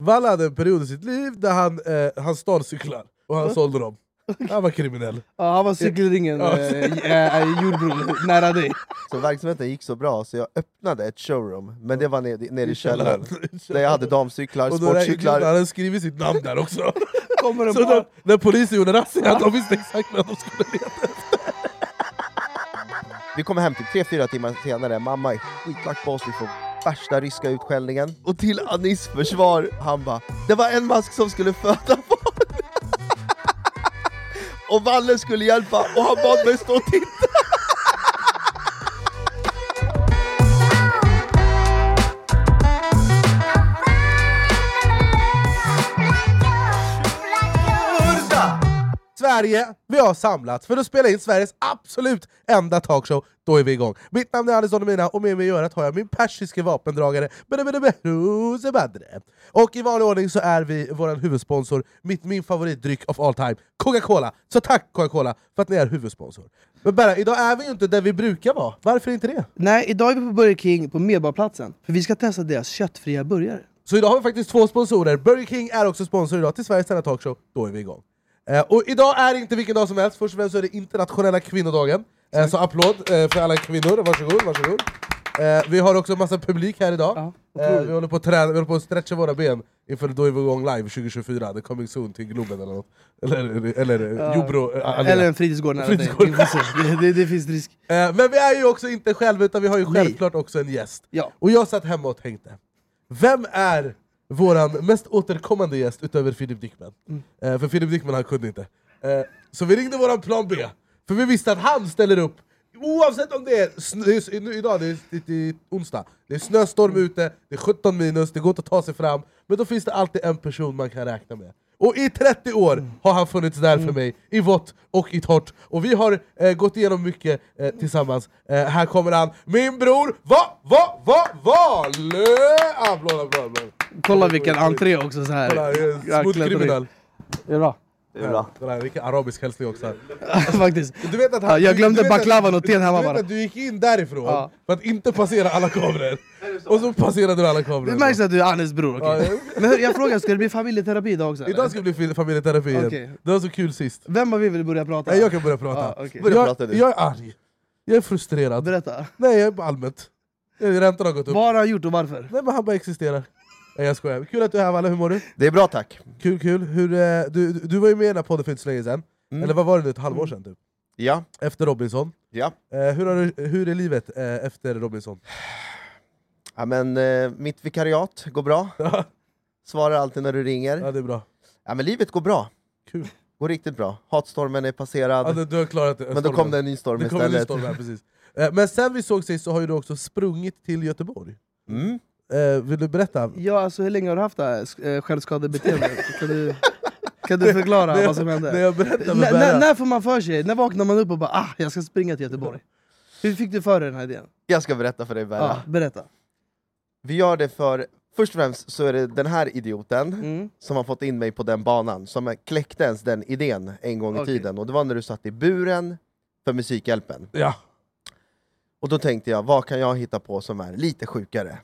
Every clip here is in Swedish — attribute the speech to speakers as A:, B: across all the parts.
A: Valle hade en period i sitt liv där han, eh, han stal cyklar, och han
B: Ja.
A: sålde dem. Han var kriminell.
B: Ja, han var cykelringen,
A: Ja.
B: eh, eh, jordbron, nära dig.
C: Så verksamheten gick så bra så jag öppnade ett showroom, men det var nere, nere i källaren. Där jag
A: Och
C: hade damcyklar,
A: då räknade-
C: sportcyklar.
A: Han hade skrivit sitt namn där också.
B: Kommer det
A: Så när,
B: bara...
A: när polisen gjorde razzia, de visste exakt vad de skulle leta.
C: Vi kommer hem typ 3-4 timmar senare, mamma är skitlack på oss, vi får värsta ryska utskällningen. Och till Anis försvar, han bara “Det var en mask som skulle föda barn” Och Valle skulle hjälpa och han bad mig stå och titta.
A: Sverige, vi har samlats för att spela in Sveriges absolut enda talkshow. Då är vi igång. Mitt namn är Anis Don Demina och med mig i örat har jag min persiske vapendragare Behrouz Badre. Och i vanlig ordning så är vi vår huvudsponsor, mitt, min favoritdryck of all time, Coca-Cola. Så tack Coca-Cola för att ni är huvudsponsor. Men Berra, idag är vi ju inte där vi brukar vara. Varför inte det?
B: Nej, idag är vi på Burger King på Medborgarplatsen. För vi ska testa deras köttfria burgare.
A: Så idag har vi faktiskt två sponsorer. Burger King är också sponsor idag till Sveriges enda talkshow. Då är vi igång. Eh, och idag är inte vilken dag som helst. Först och främst så är det internationella kvinnodagen. Eh, så applåd eh, för alla kvinnor. Varsågod, varsågod. Eh, vi har också massa publik här idag.
B: Ja,
A: eh,
B: otroligt.
A: vi, håller på att träna, vi håller på att stretcha våra ben inför Då är vi igång live 2024. The coming soon till Globen eller något. Eller, eller, eller
B: Ja.
A: Jobro. eh, Eller,
B: Eller en fritidsgård nära
A: Fritidsgård.
B: dig. Vi får se. Det, det, det finns risk.
A: Eh, men vi är ju också inte själva, utan vi har ju
B: Nej.
A: självklart också en gäst.
B: Ja.
A: Och jag satt hemma och tänkte, vem är våran mest återkommande gäst utöver Filip Dickman?
B: Mm.
A: Eh, för Filip Dickman han kunde inte. Eh, så vi ringde våran plan B, för vi visste att han ställer upp Oavsett om det är, snö, det är s- nu, idag, det är, det är onsdag, det är snöstorm
B: Mm.
A: ute, det är 17 minus, det går inte att ta sig fram Men då finns det alltid en person man kan räkna med Och i 30
B: Mm.
A: år har han funnits där för mig, i vått och i torrt Och vi har eh, gått igenom mycket eh, tillsammans eh, Här kommer han, min bror Va, va, va, Ah, Valö! Applåd, applåd, applåd!
B: Kolla vilken entré också så här.
A: Kolla, eh,
B: Jag
A: smooth
B: klättrar in.
A: kriminell!
B: Det är bra.
A: Ja, kolla här, vilken arabisk hälsning också här.
B: Faktiskt.
A: Du vet att
B: Ja, jag
A: du-
B: glömde
A: du vet att-
B: baklavan och teen hemma
A: Du vet
B: bara.
A: att du gick in därifrån
B: Ja.
A: för att inte passera alla kameror, och så passerade du alla kameror.
B: Det märks att du är Anis bror.
A: Ja,
B: okej.
A: ja.
B: Men hör, jag frågar, ska det bli familjeterapi idag också? eller?
A: Idag ska det bli fil- familjeterapi igen,
B: Okej.
A: det var så kul sist.
B: Vem av er vill börja prata?
A: Nej, jag kan börja prata.
B: Ja, okej.
C: Börja
A: jag,
C: prata du.
A: jag är arg, jag är frustrerad,
B: Berätta.
A: nej jag är allmänt. Räntan har gått upp.
B: Vad har han gjort och varför?
A: Nej men han bara existerar. Nej jag skojar. Kul att du är här Valle, hur mår du?
C: Det är bra tack.
A: Kul kul, hur, eh, du, du du var ju med i den här podden för inte så länge sedan,
C: Mm.
A: eller vad var det nu, ett halvår sedan typ?
C: Ja,
A: Efter Robinson.
C: ja.
A: Eh, hur, har du, hur är livet eh, efter Robinson?
C: ja men eh, mitt vikariat går bra. Svarar alltid när du ringer.
A: Ja det är bra.
C: Ja men livet går bra.
A: Kul.
C: Går riktigt bra. Hatstormen är
A: Ja,
C: passerad.
A: du, du har klarat det.
C: Men då kom det en ny storm
A: det kom en ny
C: istället.
A: storm här, precis. Eh, Men sen vi såg sist så har ju du också sprungit till Göteborg.
C: Mm.
A: Eh, Vill du berätta?
B: Ja, alltså hur länge har du haft det här sk- eh, självskadebeteende? Kan du, kan du förklara vad som
A: När
B: hände?
A: jag berättade med
B: N- när-
A: Berra,
B: när får man för sig? När vaknar man upp och bara ah, jag ska springa till Göteborg? Hur fick du för dig den här idén?
C: Jag ska berätta för dig Berra.
B: Ja, berätta.
C: Vi gör det för, först och främst så är det den här idioten
B: Mm.
C: som har fått in mig på den banan, som kläckte ens den idén en gång i
B: Okej.
C: tiden. Och det var när du satt i buren för Musikhjälpen.
A: ja,
C: Och då tänkte jag, vad kan jag hitta på som är lite sjukare?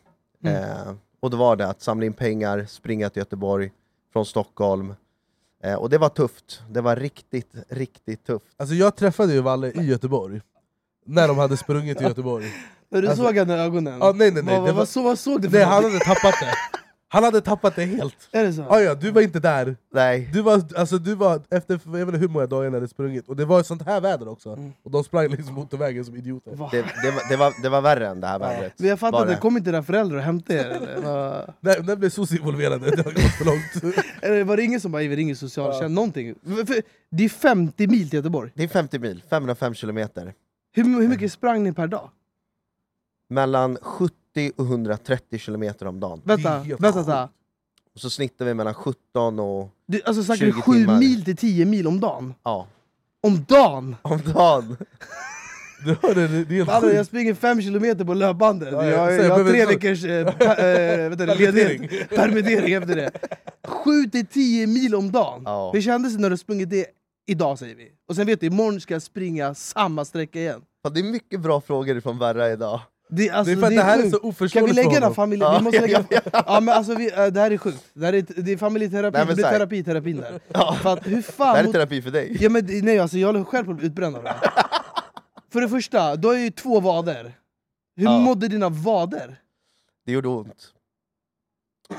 B: Mm.
C: Eh, och då var det att samla in pengar, springa till Göteborg från Stockholm. Eh, och det var tufft. Det var riktigt, riktigt tufft.
A: alltså jag träffade ju Valle i Göteborg, när de hade sprungit till Göteborg.
B: När du
A: Alltså-
B: såg han i ögonen,
A: Ja, nej, nej, nej,
B: vad,
A: det
B: vad,
A: var-
B: vad, så, vad såg du för
A: Nej, han
B: någonting?
A: hade tappat det. Han hade tappat det helt.
B: Är det så?
A: Ah, ja, du var inte där.
C: Nej,
A: Du var, alltså, du var efter jag vet inte hur många dagar när det sprungit, och det var sånt här väder också.
B: Mm.
A: Och de sprang liksom motorvägen som idioter.
B: Va?
C: det, det, var, det, var, det var värre än det här vädret.
B: Men jag fattar
C: Var
B: inte, kom inte dina föräldrar och hämtade er? Eller? Var,
A: När, när blev soc involverade? Det har gått för långt.
B: eller var det ingen som bara "Ey, vi ringer socialtjänst? Någonting? För, för, det är 50 mil till Göteborg.
C: Det är 50 mil, 505 kilometer.
B: Hur, hur
A: Mm.
B: mycket sprang ni per dag?
C: Mellan 70 och 130 kilometer om dagen.
A: Det är
B: Vänta,
A: helt
B: vänta. vänta.
C: Och så snittar vi mellan 17 och...
B: Du, alltså snackar du
C: 20
B: 7
C: timmar.
B: mil till 10 mil om dagen?
C: Ja,
B: Om dagen!
C: om dagen.
A: Du hör det, det är helt
B: Alltså, jag
A: sjukt.
B: springer 5 kilometer på löpbandet,
A: Ja, ja.
B: jag,
A: Så jag
B: jag har tre
A: behöver-
B: veckors eh, pa, eh, vänta,
A: Permittering.
B: ledighet, permittering efter det. 7 till 10 mil om dagen!
C: Ja.
B: Hur kändes det när du sprungit det idag säger vi? Och sen vet du, imorgon ska jag springa samma sträcka igen.
C: Ja, Det är mycket bra frågor från Berra idag.
B: Det, alltså,
A: det är för att det här är
B: sjukt.
A: så
B: Kan vi
A: oförståeligt
B: lägga
A: för
B: den här
A: honom.
B: familjen?
C: Ja,
B: vi måste
C: ja,
B: lägga... ja, men alltså, vi, äh, det här är sjukt. Det, här är, det är familjeterapi,
C: Nej, men
B: det blir
C: så här-
B: terapi i terapin där.
C: Ja.
B: För att, hur
C: Det här
B: fan...
C: är
B: mot-
C: terapi för dig.
B: Ja, men, det- nej, alltså, jag håller själv på att bli utbränd av det här. För det första, du har ju två vader. Hur
C: Ja.
B: mådde dina vader?
C: Det gjorde ont.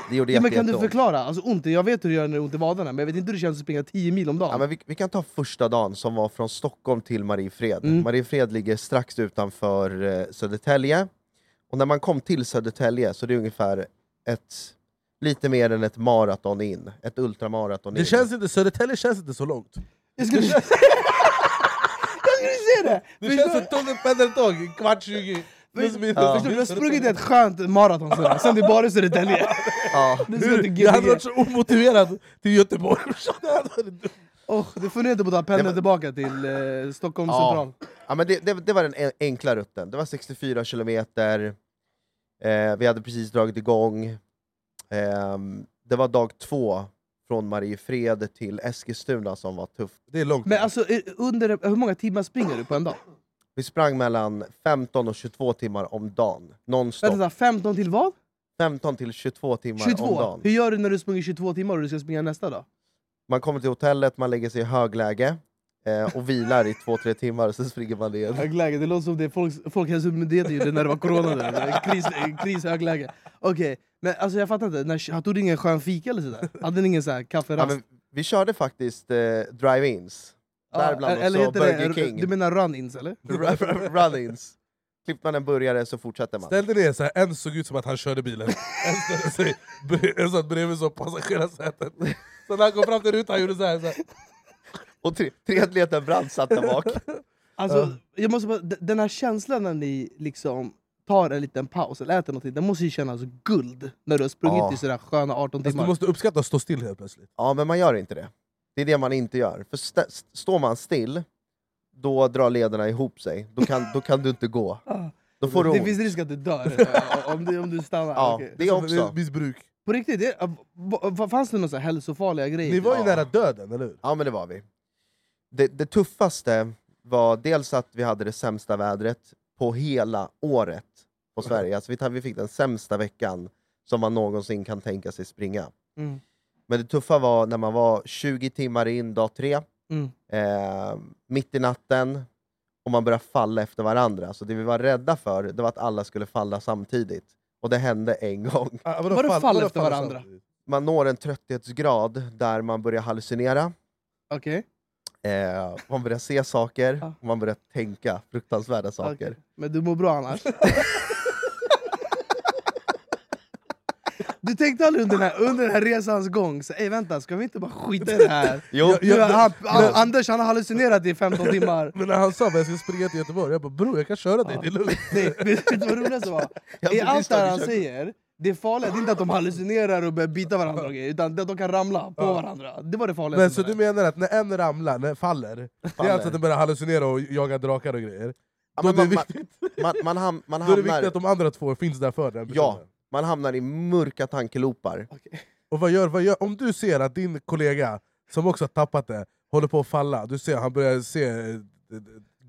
C: Det gjorde
B: Ja, men
C: jätte,
B: kan du
C: jätteont.
B: förklara? Alltså, ont, jag vet hur det gör när det är ont i vaderna, men jag vet inte hur det känns att springa 10 mil om dagen.
C: Ja, men vi, vi kan ta första dagen som var från Stockholm till Mariefred.
B: Mm.
C: Mariefred ligger strax utanför eh, Södertälje. Och när man kom till Södertälje så det är ungefär ett, lite mer än ett maraton in. Ett ultramaraton in.
A: Det känns inte, Södertälje känns inte så långt.
B: Jag skulle... jag skulle se det!
A: Det
B: Förstår-
A: känns som tunneln pendeltåg, kvart tjugo. plus minus.
C: Ja.
B: Förstår du? Du har sprungit ett skönt maraton sen, sen det bara är Södertälje.
C: Ja.
B: Du ska till
A: Hur? Jag hade
B: GBG.
A: varit så omotiverad till Göteborg. Det hade varit dumt.
B: Oh, du funderar inte på att ta pendeln tillbaka till eh, Stockholm
C: Ja.
B: central?
C: Ja, men det, det, det var den en- enkla rutten. Det var 64 kilometer. Eh, vi hade precis dragit igång. Ehm, det var dag två från Mariefred till Eskilstuna som var tufft.
A: Det är långt.
B: Men alltså, eh, under, hur många timmar springer du på en dag?
C: Vi sprang mellan 15 och 22 timmar om dagen. Nonstop.
B: Vänta, 15 till vad?
C: 15 till 22 timmar om
B: 22? Hur
C: dagen.
B: gör du när du springer 22 timmar och du ska springa nästa dag?
C: Man kommer till hotellet, man lägger sig i högläge eh, och vilar i 2-3 timmar, och sen springer man igen.
B: Högläge, det låter som det folk, Folkhälsomyndigheten gjorde när det var corona. Där. Kris, eh, kris högläge. Okej, men alltså jag fattar inte. När, hade du ingen skön fika eller sådär? Hade ni ingen så här
C: Ja,
B: kafferast?
C: men vi körde faktiskt eh, drive-ins. där bland
B: eh, eller
C: också
B: heter
C: Burger
B: det,
C: King.
B: Du menar run-ins eller?
C: Run-ins. Klippte man en burgare så fortsätter man.
A: Ställde ni er såhär, en såg ut som att han körde bilen, en ställde sig bre- en satt bredvid så passagerarsätet. Så när han kom fram till rutan han gjorde såhär. Så här.
C: Och tre, triatleten Brandt satt där bak.
B: Alltså, jag måste bara, d- den här känslan när ni liksom tar en liten paus eller äter någonting, den måste ju kännas guld när du har sprungit
C: Ja.
B: i sådär sköna 18
A: Alltså,
B: timmar.
A: du måste uppskatta att stå still helt plötsligt.
C: Ja, men man gör inte det. Det är det man inte gör. För st- st- står man still, då drar lederna ihop sig. Då kan, då kan du inte gå.
B: Ah.
C: Då får du
B: det
C: ont.
B: finns risk att du dör eh, om du, om du stannar.
C: Ja,
B: Okej.
C: det
A: Det är
C: också.
A: Alltså, missbruk.
B: På riktigt, det, eh, va- va- fanns det några så här hälsofarliga grejer?
A: Ni var ju
C: Ja.
A: nära döden, eller hur?
C: Ja, men det var vi. Det, det tuffaste var dels att vi hade det sämsta vädret på hela året på Sverige. Alltså vi, ta- vi fick den sämsta veckan som man någonsin kan tänka sig springa.
B: Mm.
C: Men det tuffa var när man var 20 timmar in dag tre,
B: Mm.
C: eh, mitt i natten, och man började falla efter varandra. Så det vi var rädda för det var att alla skulle falla samtidigt. Och det hände en gång.
A: Ah,
B: Vadå fall efter
A: fall
B: varandra?
A: samtidigt?
C: Man når en trötthetsgrad där man börjar hallucinera.
B: Okej.
C: Eh, man börjar se saker,
B: Ja.
C: och man börjar tänka fruktansvärda saker.
B: Okej. Men du mår bra annars? Du tänkte aldrig under den här, under den här resans gång, så, "Ey, vänta, ska vi inte bara skita i det här?
C: Jo,
A: Jag-
B: Nu, han, han, Anders han har hallucinerat i 15 timmar.
A: Men när han sa att jag ska springa till Göteborg, jag bara bror jag kan köra dig, det är lugnt.
B: Nej, vet du vad roligt var?
C: jag
B: I
C: har precis
B: allt det här
C: tagit
B: han
C: körkort.
B: säger, det farliga det är inte att de hallucinerar och börjar bita varandra och grejer, utan det att de kan ramla på varandra. Det var det farliga.
A: Men så du menar att när en ramlar, när faller, det är
C: Faller.
A: alltså att den börjar hallucinera och jaga drakar och grejer.
C: Ja,
A: Då
C: men
A: är det
C: man,
A: viktigt,
C: man, man, ham, man,
A: då är det viktigt
C: hamnar,
A: att de andra två finns där för den
C: Ja.
A: personen.
C: man hamnar i mörka tankelopar.
A: Och vad gör, vad gör, om du ser att din kollega, som också har tappat det, håller på att falla, du ser, han börjar se eh,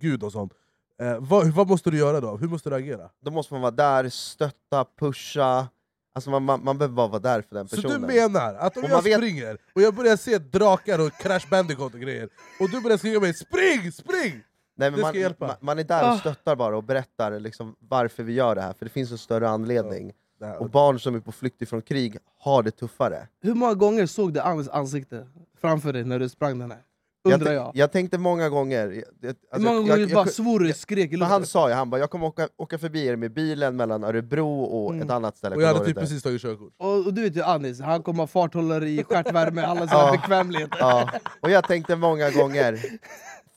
A: Gud och sånt. Eh, vad, vad måste du göra då? Hur måste du agera?
C: Då måste man vara där, stötta, pusha. Alltså man, man, man behöver bara vara där för den
A: Så
C: personen.
A: du menar att om
C: Och
A: jag
C: man vet-
A: springer och jag börjar se drakar och crash bandicoot och grejer, och du börjar skrika mig 'SPRING! SPRING!'
C: Nej, men
A: det
C: man,
A: ska hjälpa.
C: Man, man är där
B: Ah.
C: och stöttar bara och berättar liksom varför vi gör det här, för det finns en större anledning.
A: Det här-
C: Och barn som är på flykt ifrån krig har det tuffare.
B: Hur många gånger såg du Anders ansikte framför dig när du sprang den här? Undrar
C: tän-
B: jag.
C: jag tänkte många gånger... jag- jag-
B: Hur
C: alltså,
B: många
C: jag-
B: gånger
C: jag-
B: bara svor du skrek i
C: Men han
B: luften?
C: sa ju, han bara, jag kommer åka, åka förbi er med bilen mellan Örebro och
B: Mm.
C: ett annat ställe.
A: Och jag hade
C: Kommer
A: typ
C: du ihåg det?
A: precis tagit körkort.
B: Och, och du vet ju Anis, han kommer ha farthållare i stjärtvärme, alla sina
C: Ja.
B: bekvämligheter.
C: Ja. Och jag tänkte många gånger,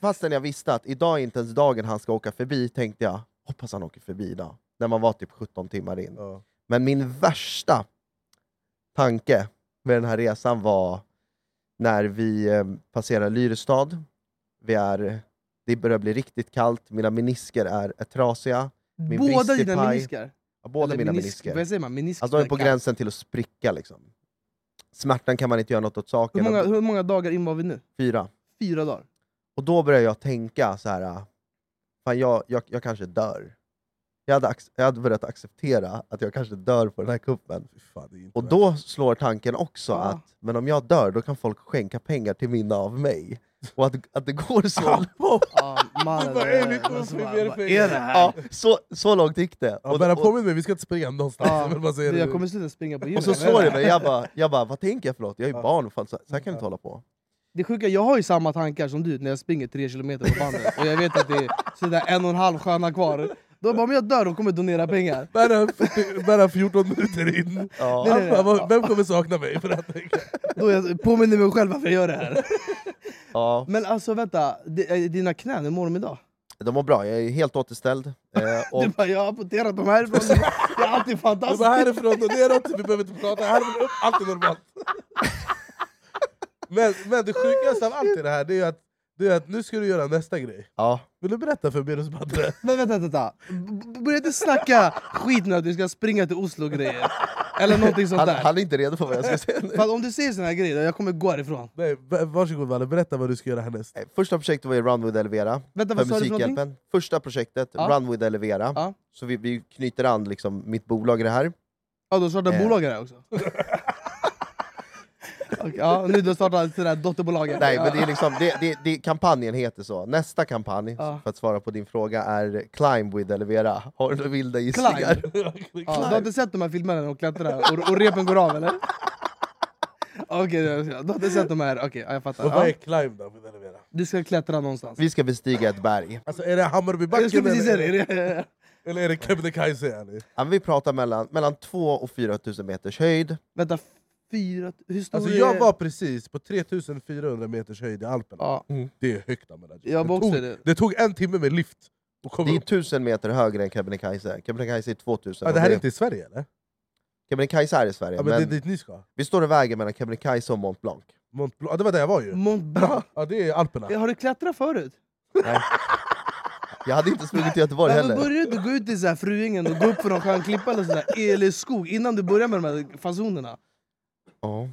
C: fastän jag visste att idag är inte ens dagen han ska åka förbi, tänkte jag, hoppas han åker förbi idag. När man var typ 17 timmar in.
A: Ja.
C: Men min värsta tanke med den här resan var när vi eh, passerar Lyrestad. Vi är, det börjar bli riktigt kallt, mina menisker är, är trasiga. Min
B: Båda dina
C: bristepaj.
B: menisker.
C: Ja, Båda
B: Eller
C: mina
B: menisk-
C: menisker.
B: Vad säger man? Menisk,
C: Alltså de är på gränsen till att spricka liksom. Smärtan kan man inte göra något åt
B: Hur
C: saken.
B: många,
C: Och-
B: hur många dagar in var vi nu?
C: Fyra.
B: Fyra dagar.
C: Och då börjar jag tänka så här. Fan, jag, jag, jag kanske dör. Jag hade, ac- jag hade börjat acceptera att jag kanske dör på den här kuppen.
A: Fy fan, det är inte
C: Och
A: värt.
C: då slår tanken också
B: Ja.
C: att men om jag dör då kan folk skänka pengar till minne av mig. Och att, att det går så.
B: Ja,
A: Det
B: mannen,
A: bara,
B: Ah, det-
A: "Ey, ni kommer
B: alltså,
A: få
B: vad-
A: mer
B: vad
A: pengar."
B: är det här?
C: Ja, så, så långt gick det.
A: Ja,
C: Och,
A: Berra
C: och,
A: påminn mig, vi ska inte springa någonstans.
B: Ja,
A: jag vill bara säga
B: Du,
A: det
B: jag
A: nu.
B: kommer sluta springa på gymmet.
C: och så slår det mig, jag bara, jag bara vad tänker jag för något? Jag är ju
A: Ja.
C: barn, fan, så, så här kan jag inte hålla på.
B: Det sjuka, jag har ju samma tankar som du när jag springer tre kilometer på bandet. Och jag vet att det är sådär en och en halv stjärna kvar. Då bara, om jag dör, de kommer donera pengar.
A: Berra, Berra 14 minuter in.
C: Ja.
B: Nej, nej, nej.
A: Han bara, vem kommer sakna mig för det här?
B: Då jag påminner mig själv varför jag gör det här.
C: Ja.
B: Men alltså vänta, di- eh, dina knän, hur mår de idag?
C: De mår bra, jag är helt återställd. Eh, och,
B: Du bara, jag har amputerat dem härifrån. Det är alltid
A: Du
B: fantastiskt.
A: bara härifrån och neråt, vi behöver inte prata, härifrån upp, allt är normalt. Men, men det sjukaste av allt i det här, det är ju att, det är att nu ska du göra nästa grej.
C: ja.
A: Vill du berätta för Berus Badre?
B: Men vänta, vänta. B- b- Börja inte snacka skit nu att du ska springa till Oslo och grejer. Eller någonting sånt
C: han,
B: där.
C: han är inte redo för vad jag ska säga nu.
B: För att om du säger såna här grejer, jag kommer gå härifrån.
A: Nej, va- varsågod Valle, berätta vad du ska göra härnäst.
C: Nej, Första projektet var ju Run with Elvera.
B: Vänta,
C: för
B: vad sa du för någonting?
C: Musikhjälpen. Första projektet,
B: Ja.
C: Run with Elvera.
B: Ja.
C: Så vi, vi knyter an liksom, mitt bolag i det här.
B: Ja, du startar
C: Eh.
B: bolag här också? Okej, ja, nu du startar ett sånt där dotterbolag. här.
C: Nej,
B: ja.
C: men det är liksom, det, det, det, kampanjen heter så. Nästa kampanj,
B: Ja.
C: för att svara på din fråga, är Climb with Elvera. Har du några vilda gissningar?
B: Climb? ja, du har inte sett de här filmerna när de klättrar och, och repen går av eller? Okej, du har inte sett de här? Okej, ja, jag
A: Och vad
B: fattar.
A: är
B: Ja.
A: climb då? vill jag veta?
B: Du ska klättra någonstans.
C: Vi ska bestiga ett berg.
A: Alltså är det
B: Jag skulle
A: Hammarbybacken
B: precis säga
A: eller,
B: det. Är det-
A: eller är det Kebnekaise? yani?
C: Ja, men Vi pratar mellan, mellan 2 och 4 000 meters höjd.
B: Vänta, fyra... Hur stor
A: Alltså
B: är-
A: jag var precis på 3400 meters höjd i Alperna.
B: Ja.
A: Det är högt Amanda.
B: Jag var
A: tog,
B: också det.
A: Mm. det tog en timme med lift att komma
C: Det är
A: upp.
C: 1000 meter högre än Kebnekaise. Kebnekaise är 2000.
A: Ja, det här
C: och
A: är inte i Sverige eller?
C: Kebnekaise är i Sverige,
A: Ja, men
C: men,
A: det är dit ni ska.
C: vi står i vägen mellan Kebnekaise och Mont Blanc.
A: Mont Blanc. Ja, det var där jag var
C: Mm.
A: ju.
B: Mont Blanc.
A: Ja, det är Alperna.
B: Har du klättrat förut?
C: Nej. Jag hade inte sprungit till Göteborg
B: Varför
C: heller.
B: börjar du inte gå ut i så här Fruängen och gå upp för någon skön klippa eller, så där, eller skog innan du börjar med de här fasonerna?
C: Ja.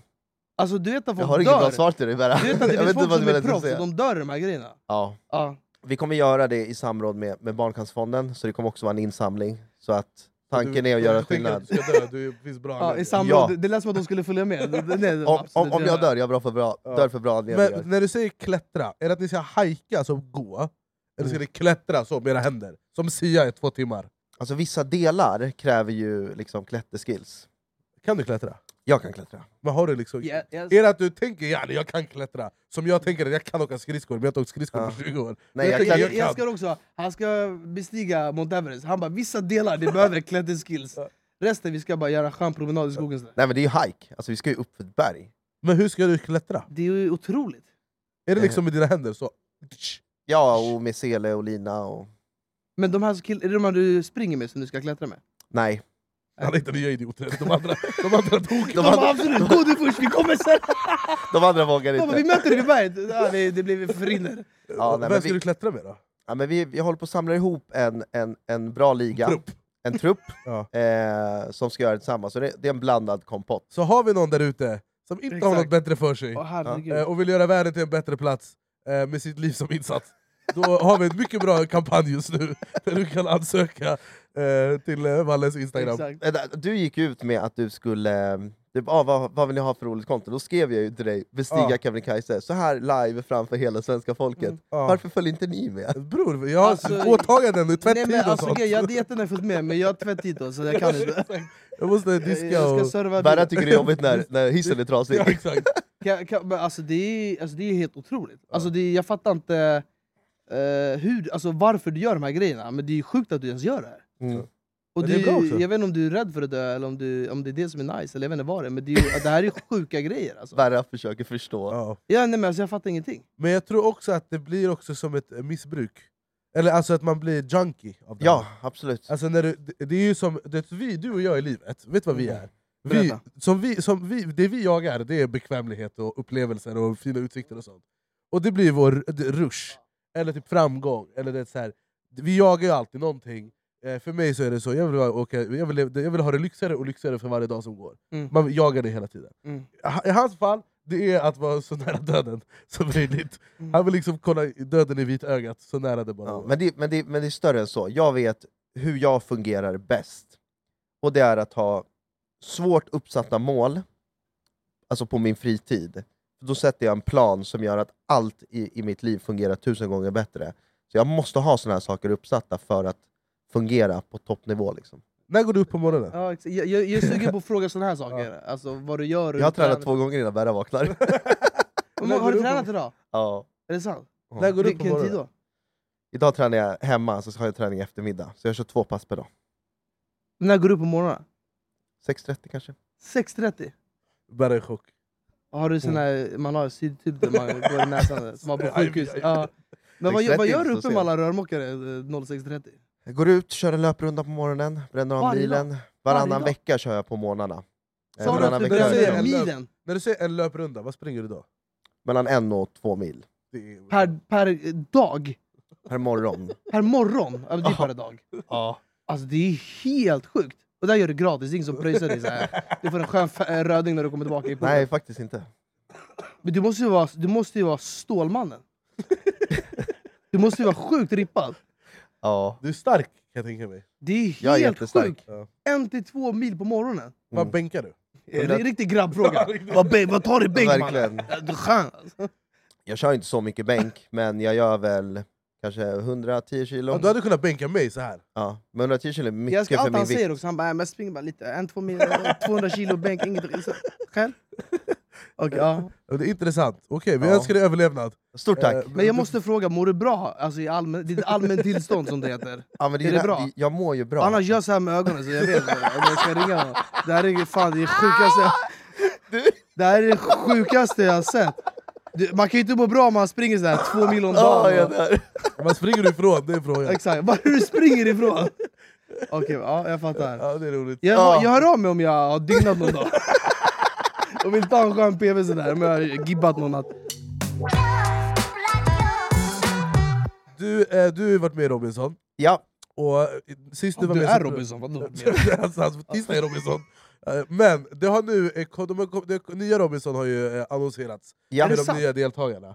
B: Alltså du vet att
C: Jag
B: folk
C: har inget bra
B: dör.
C: svar till dig Berra.
B: Du vet att det finns
C: Jag vet inte
B: folk
C: vad du
B: som är
C: vill
B: proffs och
C: säga.
B: de dör i de här grejerna.
C: Ja.
B: Ja.
C: Vi kommer göra det i samråd med, med Barncancerfonden, så det kommer också vara en insamling. Så att tanken är att göra
A: Jag tänker
C: skillnad.
A: Att du ska dö, du finns bra
B: Ja, i
A: anledningar.
B: samråd.
C: Ja.
B: Det lät som att de skulle följa med. Det- det- nej,
C: Om,
B: absolut,
C: om, om
B: det-
C: jag dör, jag är bra för bra,
A: Ja.
C: dör för bra anledningar.
A: Men när du säger klättra, är det att ni ska hajka som gå? Eller
C: Mm.
A: ska ni klättra så med era händer? Som Sia i två timmar.
C: Alltså vissa delar kräver ju liksom klätterskills.
A: Kan du klättra?
C: Jag kan klättra.
A: Men har du liksom...
B: Ja, jag-
A: Är det att du tänker yani, jag kan klättra, som jag tänker att jag kan åka skridskor, men jag har inte åkt skridskor
C: Ja.
A: på 20 år.
C: Nej, jag
B: jag,
A: tänker
C: klättrar-
B: jag, älskar också, han ska bestiga Mount Everest. Han bara, vissa delar det behöver klätterskills.
A: Ja.
B: Resten vi ska bara göra en skön promenad i skogen. så där.
C: Nej men det är ju hike, alltså vi ska ju upp för ett berg.
A: Men hur ska du klättra?
B: Det är ju otroligt.
A: Är det liksom med dina händer så?
C: Ja, och med Sele och Lina och...
B: Men de här kill- är det de här du springer med som du ska klättra med?
C: Nej.
A: Han är inte nya idioter, de andra, de andra tog.
C: De,
B: De bara,
C: andra,
B: absolut, gå du först, vi kommer sen!
C: de andra vågar
B: De bara, vi
C: inte.
B: möter dig vid berget, ja, det, det blir vi förrinner.
C: Ja,
A: Vem
C: nej, men
A: ska
C: vi-
A: du klättra med då?
C: Ja, men vi, vi håller på att samla ihop en, en, en bra liga,
A: Trupp.
C: en trupp,
A: Ja.
C: eh, som ska göra det tillsammans. Så det, det är en blandad kompott.
A: Så har vi någon där ute som inte har
B: Exakt.
A: något bättre för sig,
B: Åh herregud.
A: eh, och vill göra världen till en bättre plats eh, med sitt liv som insats. Då har vi en mycket bra kampanj just nu, där du kan ansöka eh, till eh, Valles Instagram.
B: Exakt.
C: Eh, Du gick ju ut med att du skulle... eh, Du, ah, vad, vad vill ni ha för roligt konto? Då skrev jag ju till dig, bestiga
A: Ja.
C: Kebnekaise, så här live framför hela svenska folket.
B: Mm.
A: Ja.
C: Varför följer inte ni med?
A: Bror, jag har
B: Alltså-
A: åtaganden nu,
B: Nej,
A: tvättid
B: men,
A: och
B: alltså,
A: sånt.
B: okej, jag hade jättegärna följt med, men jag har tvättid då, så jag kan inte.
A: Jag måste
B: Jag,
A: diska
B: jag
A: och...
B: ska serva
C: Berra
B: bilen.
C: tycker det är jobbigt när, när hissen är trasig.
A: Ja, exakt.
B: Kan, kan, men alltså, det är, alltså det är helt otroligt. Alltså, det, är- jag fattar inte eh, hur, alltså, varför du gör de här grejerna, men det är ju sjukt att du ens gör det här.
C: Mm.
B: Och
A: Men
B: du,
A: det är bra också.
B: jag vet inte om du är rädd för att dö, eller om, du, om det är det som är nice, eller jag vet inte vad det är, men det, är ju, det här är ju sjuka grejer. Alltså.
C: Berra försöker förstå.
A: Ja.
B: Ja, nej, men, alltså, jag fattar ingenting.
A: Men jag tror också att det blir också som ett missbruk. Eller alltså att man blir junkie av det.
C: Ja, absolut.
A: Alltså när du, det- det är ju som det är vi, du och jag i livet, vet du vad vi är? Vi,
B: Mm. Berätta.
A: som vi, som vi, det vi jagar det är bekvämlighet och upplevelser och fina utsikter och sånt. Och det blir vår r- d- rush, eller typ framgång. Eller det är så här, vi jagar ju alltid någonting. Eh, för mig så är det så, jag vill, ha- åka, jag vill, jag vill ha det lyxigare och lyxigare för varje dag som går.
B: Mm.
A: Man jagar det hela tiden.
B: Mm.
A: Ha- I hans fall, det är att vara så nära döden som möjligt.
B: Mm.
A: Han vill liksom kolla döden i vitögat, så nära det bara
C: Ja,
A: går.
C: men, det, men, det, men det är större än så. Jag vet hur jag fungerar bäst. Och det är att ha svårt uppsatta mål, alltså på min fritid. Då sätter jag en plan som gör att allt i, i mitt liv fungerar tusen gånger bättre. Så jag måste ha såna här saker uppsatta för att fungera på toppnivå. Liksom.
A: När går du upp på morgonen?
B: Ja, exakt. jag, jag, jag är sugen på att fråga såna här saker, alltså vad du gör och
C: Jag har
B: hur du
C: tränat två gånger innan Berra vaknar.
B: Men, har du tränat idag?
C: ja.
B: Är det sant?
A: När går du upp på
B: Vilken tid
A: morgonen?
B: då?
C: Idag tränar jag hemma, så har jag träning i eftermiddag. Så jag kör två pass per dag.
B: När går du upp på morgonen?
C: 6.30 kanske.
B: 6.30?
A: Bara i chock.
B: Har du sån här, man har sydtub där man går i näsan, som man på
A: Aj,
B: sjukhus?
A: aj, aj.
B: Ja. Men vad,
C: 6.30
B: vad gör du
C: så
B: uppe
C: sent.
B: med alla rörmokare eh, 06.30?
C: Jag går ut, kör en löprunda på morgonen, bränner av
B: Varje dag?
C: bilen. Varannan
B: Varje dag?
C: vecka kör jag på morgnarna. Eh,
B: Sa du
C: varannan
B: att du
C: vecka
A: började
C: kör jag
A: med-
B: brände
C: en-
B: milen
A: När du säger en löprunda, vad springer du då?
C: mellan en och två mil
A: Det är-
B: per, per dag?
C: per morgon.
B: Per morgon? Ja, men Det är
C: Ja.
B: per dag.
C: ja.
B: Alltså det är helt sjukt! Och där gör du gratis, det är ingen som pröjsar dig. Så här. Du får en skön fa- eh, röding när du kommer tillbaka i poolen.
C: Nej, faktiskt inte.
B: Men du måste ju vara, du måste ju vara Stålmannen. Du måste ju vara sjukt rippad.
C: Ja.
A: Du är stark kan jag tänka mig.
B: Det är
C: Jag är
B: helt
C: jättestark.
B: sjukt.
A: Ja.
B: En till två mil på morgonen.
A: Vad
C: Mm.
A: bänkar du?
B: Det är en riktig grabbfråga.
A: riktigt.
B: Vad, bä- vad tar du i bänk mannen?
C: Verkligen.
B: Ja, Du är skön alltså.
C: Jag kör inte så mycket bänk, men jag gör väl kanske 110 kilo.
A: Om du hade kunnat bänka mig så här.
C: Ja, men 110 kilo är mycket
B: Jag ska
C: för
B: allt
C: min
B: han
C: vikt.
B: säger också, han bara "Äh, men spring bara lite, en, två mil, 200 kilo bänk, inget så- själv. Okej, ja.
A: Ja, Det är intressant. Okej, vi
C: Ja.
A: önskar dig överlevnad.
C: Stort tack!
A: Eh,
B: Men jag måste fråga, mår du bra? Alltså i allmän, ditt allmän tillstånd som det heter.
C: ja, men det är
B: är det
C: där-
B: bra?
C: Jag mår ju bra.
B: Annars gör jag så här med ögonen så jag vet inte om jag ska ringa någon. Det här är fan det sjukaste... Det här är det sjukaste jag har sett. Du, man kan ju inte må bra om man springer så här två mil om
C: Ah, Ja, jag
B: dagen.
C: dör.
A: Vad springer du ifrån? Det är frågan.
B: Exakt, var är du springer ifrån? Okej, ja, jag fattar.
A: Ja, det är roligt.
B: Jag,
C: Ja.
B: jag hör av mig om jag har dygnat någon dag. Om inte har en skön PV sådär, om jag har gibbat någon natt.
A: Du, eh, du har ju varit med i Robinson,
C: Ja,
A: och eh, sist du
B: Om
A: var
B: du
A: med...
B: är
A: så-
B: Robinson, vadå?
A: alltså, hans tisdag är Robinson. Eh, Men det har nu, eh, kom- de har kom- det nya Robinson har ju eh, annonserats
C: ja.
B: Är det
A: med de
B: sant?
A: nya deltagarna.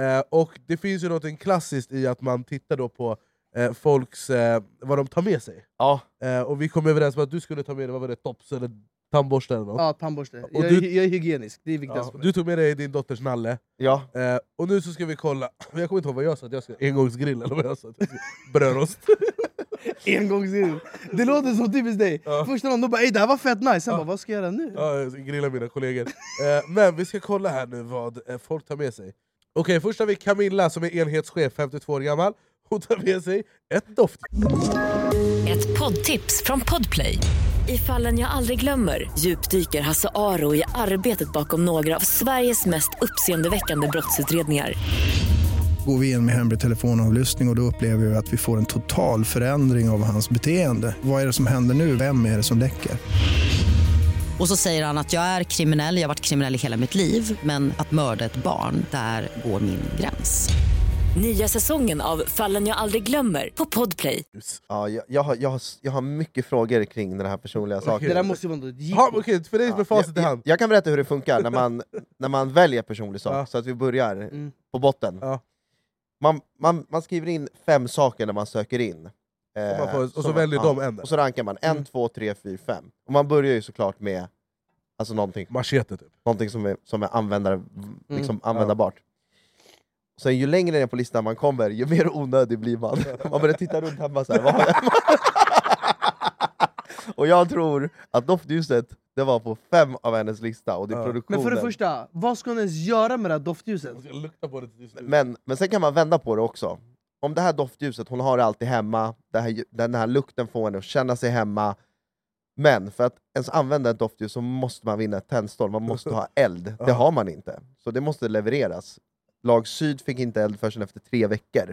A: Eh, Och det finns ju något klassiskt i att man tittar då på eh, folks, eh, vad de tar med sig.
C: ja.
A: Eh, Och vi kom överens om att du skulle ta med dig vad var det, tops eller tandborste eller något.
B: Ja, tandborste. Jag, är-
A: du-
B: jag är hygienisk, det är viktigast
A: Ja,
B: för mig.
A: du tog med dig din dotters nalle,
C: ja.
A: eh, och nu så ska vi kolla, jag kommer inte ihåg vad jag sa att jag ska, engångsgrill eller vad jag sa att jag ska, brödrost.
B: Engångsgrill. Det låter som typiskt dig.
A: Ja.
B: Första dagen, de bara "Ey, det här var fett nice, sen
A: Ja.
B: bara vad ska jag göra nu?
A: Ja, jag ska grilla mina kollegor. Eh, men vi ska kolla här nu vad eh, folk tar med sig. Okej, först har vi Camilla som är enhetschef, 52 år gammal. Hon tar med sig ett doft.
D: Ett poddtips från Podplay. I fallen jag aldrig glömmer djupdyker Hasse Aro i arbetet bakom några av Sveriges mest uppseendeväckande brottsutredningar.
E: går vi in med hemlig telefonavlyssning och, och då upplever vi att vi får en total förändring av hans beteende. Vad är det som händer nu? Vem är det som läcker?
F: Och så säger han att jag är kriminell, jag har varit kriminell i hela mitt liv men att mörda ett barn, där går min gräns.
D: Nya säsongen av Fallen jag aldrig glömmer på Podplay.
C: ja jag, jag, har, jag, har, jag har mycket frågor kring den här personliga saken.
B: Det där måste ju vara något jippo.
A: Ha, Okej, för dig med facit i
C: jag,
A: hand.
C: jag, jag kan berätta hur det funkar när man, när man väljer personlig sak,
A: Ja.
C: så att vi börjar
B: Mm.
C: på botten.
A: Ja.
C: Man, man, man skriver in fem saker när man söker in. Eh,
A: Och, man får, och så
C: som-
A: väljer
C: ja.
A: de en där.
C: Och så rankar man en,
B: Mm.
C: två, tre, fyra, fem. Och man börjar ju såklart med alltså någonting,
A: Machete typ.
C: någonting som är, som är användare,
B: Mm.
C: liksom användarbart. Sen ju längre ner på listan man kommer, ju mer onödig blir man. Man börjar titta runt hemma såhär, vad har jag? Och jag tror att doftljuset, det var på fem av hennes lista, och det är
A: Ja.
C: produktionen.
B: Men för det första, vad ska hon ens göra med det här doftljuset?
A: Jag ska lukta på det till slut.
C: Men, men sen kan man vända på det också. Om det här doftljuset, hon har det alltid hemma, det här, den här lukten får henne att känna sig hemma. Men för att ens använda ett doftljus så måste man vinna ett tändstål, man måste ha eld. Det
A: Ja.
C: har man inte. Så det måste levereras. Lag Syd fick inte eld förrän efter tre veckor.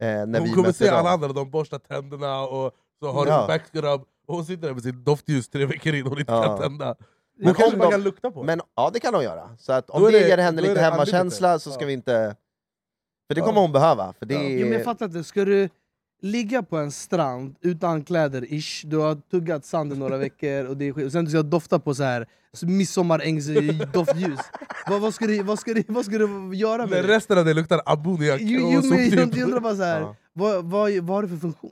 C: Eh, när
A: Hon
C: vi
A: kommer
C: mötte
A: se alla
C: dem.
A: andra, de borstar tänderna och så har
C: Ja.
A: en backscrub. Och hon sitter där med sitt doftljus tre veckor in och inte
C: Ja.
A: kan tända.
C: Men
A: Men
C: om
A: kanske man
C: de-
A: kan lukta på det.
C: Men ja, det kan hon göra. Så att om
A: Då
C: det,
A: är det-
C: ger henne
A: då är
C: lite
A: det
C: hemmakänsla
A: unlimited.
C: så
A: Ja.
C: ska vi inte... För det
A: Ja.
C: kommer hon behöva. För det
A: Ja.
B: Jo, men jag
C: är...
B: fattar inte, ska du ligga på en strand utan kläder, ish, du har tuggat sanden några veckor och, det är skit. och sen du ska dofta på så här midsommarängs-doftljus. vad, vad, ska du, vad, ska du, vad ska du göra
A: Men
B: med det?
A: resten av det luktar ammoniak
B: Jo,
A: och
B: jo, men jag
A: soptipp.
B: jag undrar bara så här,
C: Ja.
B: vad, vad, vad har det för funktion?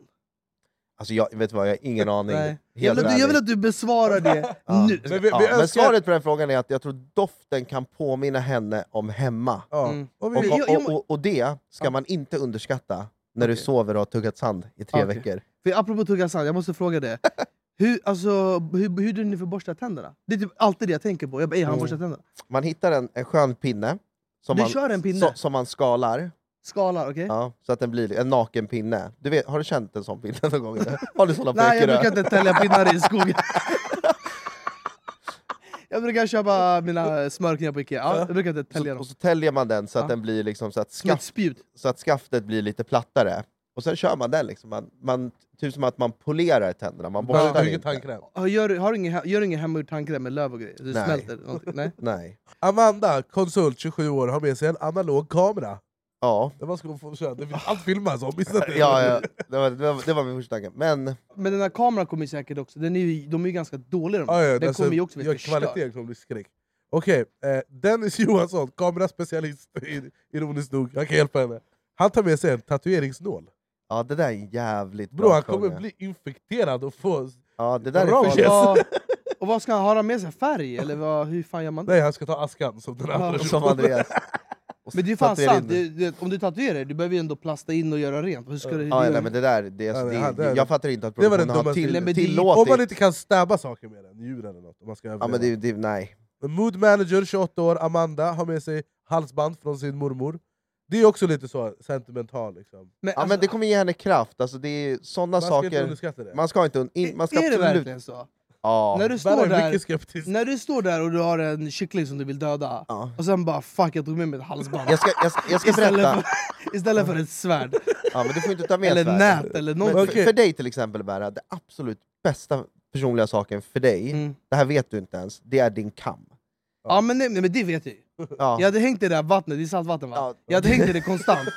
C: Alltså jag, vet du vad, jag har ingen aning.
B: Nej. Jag
C: Helt
B: vill, att du- jag vill
C: ärligt.
B: att du besvarar det
C: Ja.
B: nu.
A: Men vi,
C: ja,
A: vi
C: men
A: önskar...
C: svaret på den frågan är att jag tror doften kan påminna henne om hemma.
A: Ja.
B: Mm.
A: Och vi,
C: Och,
B: Men jag- jag
C: och,
B: må-
C: och, och det ska
A: Ja.
C: man inte underskatta när du
A: Okej.
C: sover och har tuggat sand i tre
B: Okej.
C: veckor.
B: För apropå tugga sand, jag måste fråga det. Hur, alltså, hur, hur gör ni för att borsta tänderna? Det är typ alltid det jag tänker på. Jag bara, "Ey, han
C: Mm.
B: borstar tänderna.
C: Man hittar en, en skön pinne som
B: Du
C: man,
B: kör en pinne?
C: so- som man skalar,
B: Skalar, okej?
C: ja, så att den blir en naken pinne. Du vet, har du känt en sån pinne någon gång? eller? Har du såna på
B: Nej, jag
C: Ekerö?
B: brukar inte tälja pinnar i skogen. jag brukar köpa mina smörkningar på Ikea. Ja, jag brukar inte tälja
C: Så,
B: dem.
C: och så täljer man den så att,
B: Ja.
C: den blir liksom, så, att
B: Som ett
C: skaft,
B: spjut.
C: så att skaftet blir lite plattare. Och sen kör man den. Liksom. Man, man, typ som att man polerar tänderna. Man
A: Ja,
C: borstar
A: mycket
C: inte.
A: tandkräm.
B: Har- Gör, har du ingen, he- gör du ingen hemmagjord tandkräm med löv och grejer? Du
C: Nej.
B: smälter någonting? Nej.
C: Nej.
A: Amanda, konsult, 27 år, har med sig en analog kamera.
C: Ja.
A: Det var ska hon få köra. Det vill allt filmas, om missat det.
C: Ja, ja. Det, var, det, var, det var min första tanke. Men
B: Men den här kameran kommer ju säkert också, den är ju, de är ju ganska dåliga de
A: Ja, ja,
B: Den
A: alltså,
B: kommer ju också bli
A: ja,
B: förstörd.
A: Kvaliteten kommer bli skräck. Okej, eh, Dennis Johansson, kameraspecialist, i- ironiskt nog. Jag kan hjälpa henne. Han tar med sig en tatueringsnål.
C: ja, det där är en jävligt bra
A: Bro, han
C: fråga.
A: kommer bli infekterad och få...
C: Ja, det där är
A: Bra,
C: farligt.
A: Yes.
B: Ja, och vad ska han ha med sig? Färg? Eller vad, hur fan gör man det?
A: Nej, han ska ta askan som den andra.
B: Ja.
C: Som Andreas. Och
B: Men det är ju fan
C: tatuera in
B: sant, det, det, om du tatuerar dig, du behöver ju ändå plasta in och göra rent. Hur ska du,
C: Ja,
B: du
C: nej, men det där, det,
A: Ja,
C: alltså, det,
A: det här- det-
C: jag fattar inte att
A: det var den
C: produktionen har
A: dummaste
C: till,
B: idén. Nej, men det-
A: Om man
C: tillåtit...
A: inte kan stäba saker med den, djur eller något. Om man ska
C: Ja, men
A: överleva.
C: det, det, nej.
A: Mood manager, 28 år, Amanda, har med sig halsband från sin mormor. Det är också lite så sentimental. Liksom.
B: men,
C: Ja,
B: alltså,
C: men det kommer ge henne kraft, alltså, det är sådana
A: Man ska inte
C: saker...
A: underskatta det.
C: Man ska inte... un- In, man ska
B: är det
C: absolut...
B: verkligen så?
C: Ja.
B: När, du
A: Berra
B: står
A: är
B: där,
A: mycket skeptisk.
B: när du står där och du har en kyckling som du vill döda,
C: ja.
B: och sen bara 'fuck, jag tog med mig ett halsband'
C: Jag ska, jag ska, jag ska
B: istället,
C: berätta.
B: för, istället för ett svärd,
C: Ja, men du får inte ta med
B: eller
C: svärd.
B: nät, eller
C: Men
B: någonting.
A: Okej.
C: för, för dig till exempel, Berra, det absolut bästa personliga saken för dig,
B: Mm.
C: det här vet du inte ens, det är din kam.
B: Ja men, nej, nej, men det vet jag ju.
C: Ja.
B: Jag hade hängt i det där vattnet, det är saltvatten va?
C: Ja.
B: Jag hade hängt i det konstant.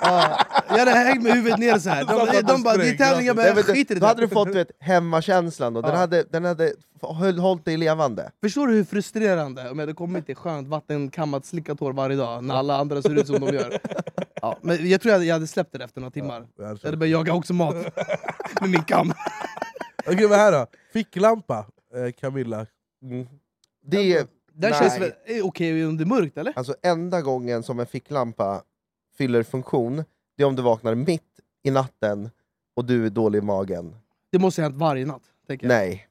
B: ja, jag hade hängt med huvudet ner så här.
A: Satt att
B: De, de,
A: du
B: bara, det är
A: sprängde
B: tävling, jag bara,
C: Nej,
B: jag
C: men det-
B: skiter i
C: då
B: det.
C: hade du
B: Hade...
C: fått du vet, hemmakänslan, och den
A: Ja.
C: hade, den hade höll, hållit dig levande.
B: Förstår du hur frustrerande om jag hade kommit till skönt vattenkammat slickat hår varje dag när alla andra ser ut som de gör? Ja, men jag tror jag hade, jag hade släppt det efter några timmar.
A: Ja,
B: Jag hade börjat jaga också mat med min kam.
A: Okej, vad här då? Ficklampa, eh, Camilla.
B: Mm.
C: Det är
B: Den
C: Nej.
B: känns väl eh, okej om det är mörkt eller?
C: alltså enda gången som en ficklampa fyller funktion, det är om du vaknar mitt i natten och du är dålig i magen.
B: Det måste ha hänt varje natt. Tänker jag.
C: Nej.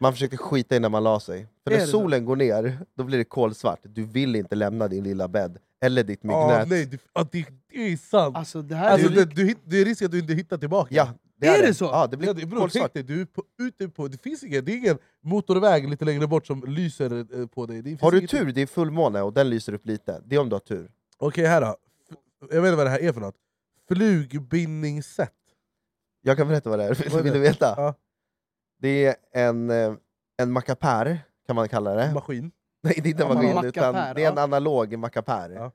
C: Man försökte skita i när man la sig. För
B: Är
C: när
B: det så?
C: solen går ner, då blir det kolsvart. Du vill inte lämna din lilla bädd, eller ditt
A: Ah,
C: myggnät.
A: nej, det, ah, det, det är sant! Alltså,
B: Alltså det här är
A: det, du, hit- det är risk att du inte hittar tillbaka.
C: ja,
B: Är det så?
C: Ja, det blir
A: Ja, det, bro,
C: kolsvart.
A: tänk dig, du är på, ute på, det finns ingen, det är ingen motorväg lite längre bort som lyser eh, på dig. Det finns
C: Har du
A: ingenting.
C: tur, det är fullmåne och den lyser upp lite. Det är om du har tur.
A: Okej, här då. F- Jag vet inte vad det här är för något. Flugbindningssätt.
C: Jag kan berätta vad det är,
A: Vad är
C: vill
A: det?
C: du veta?
A: Ja.
C: Det är en, eh, en mackapär, kan man kalla det.
A: Maskin.
C: Nej, det är inte en
B: Ja,
C: maskin,
B: mackapär,
C: utan det är en
B: ja.
C: analog mackapär.
A: Ja.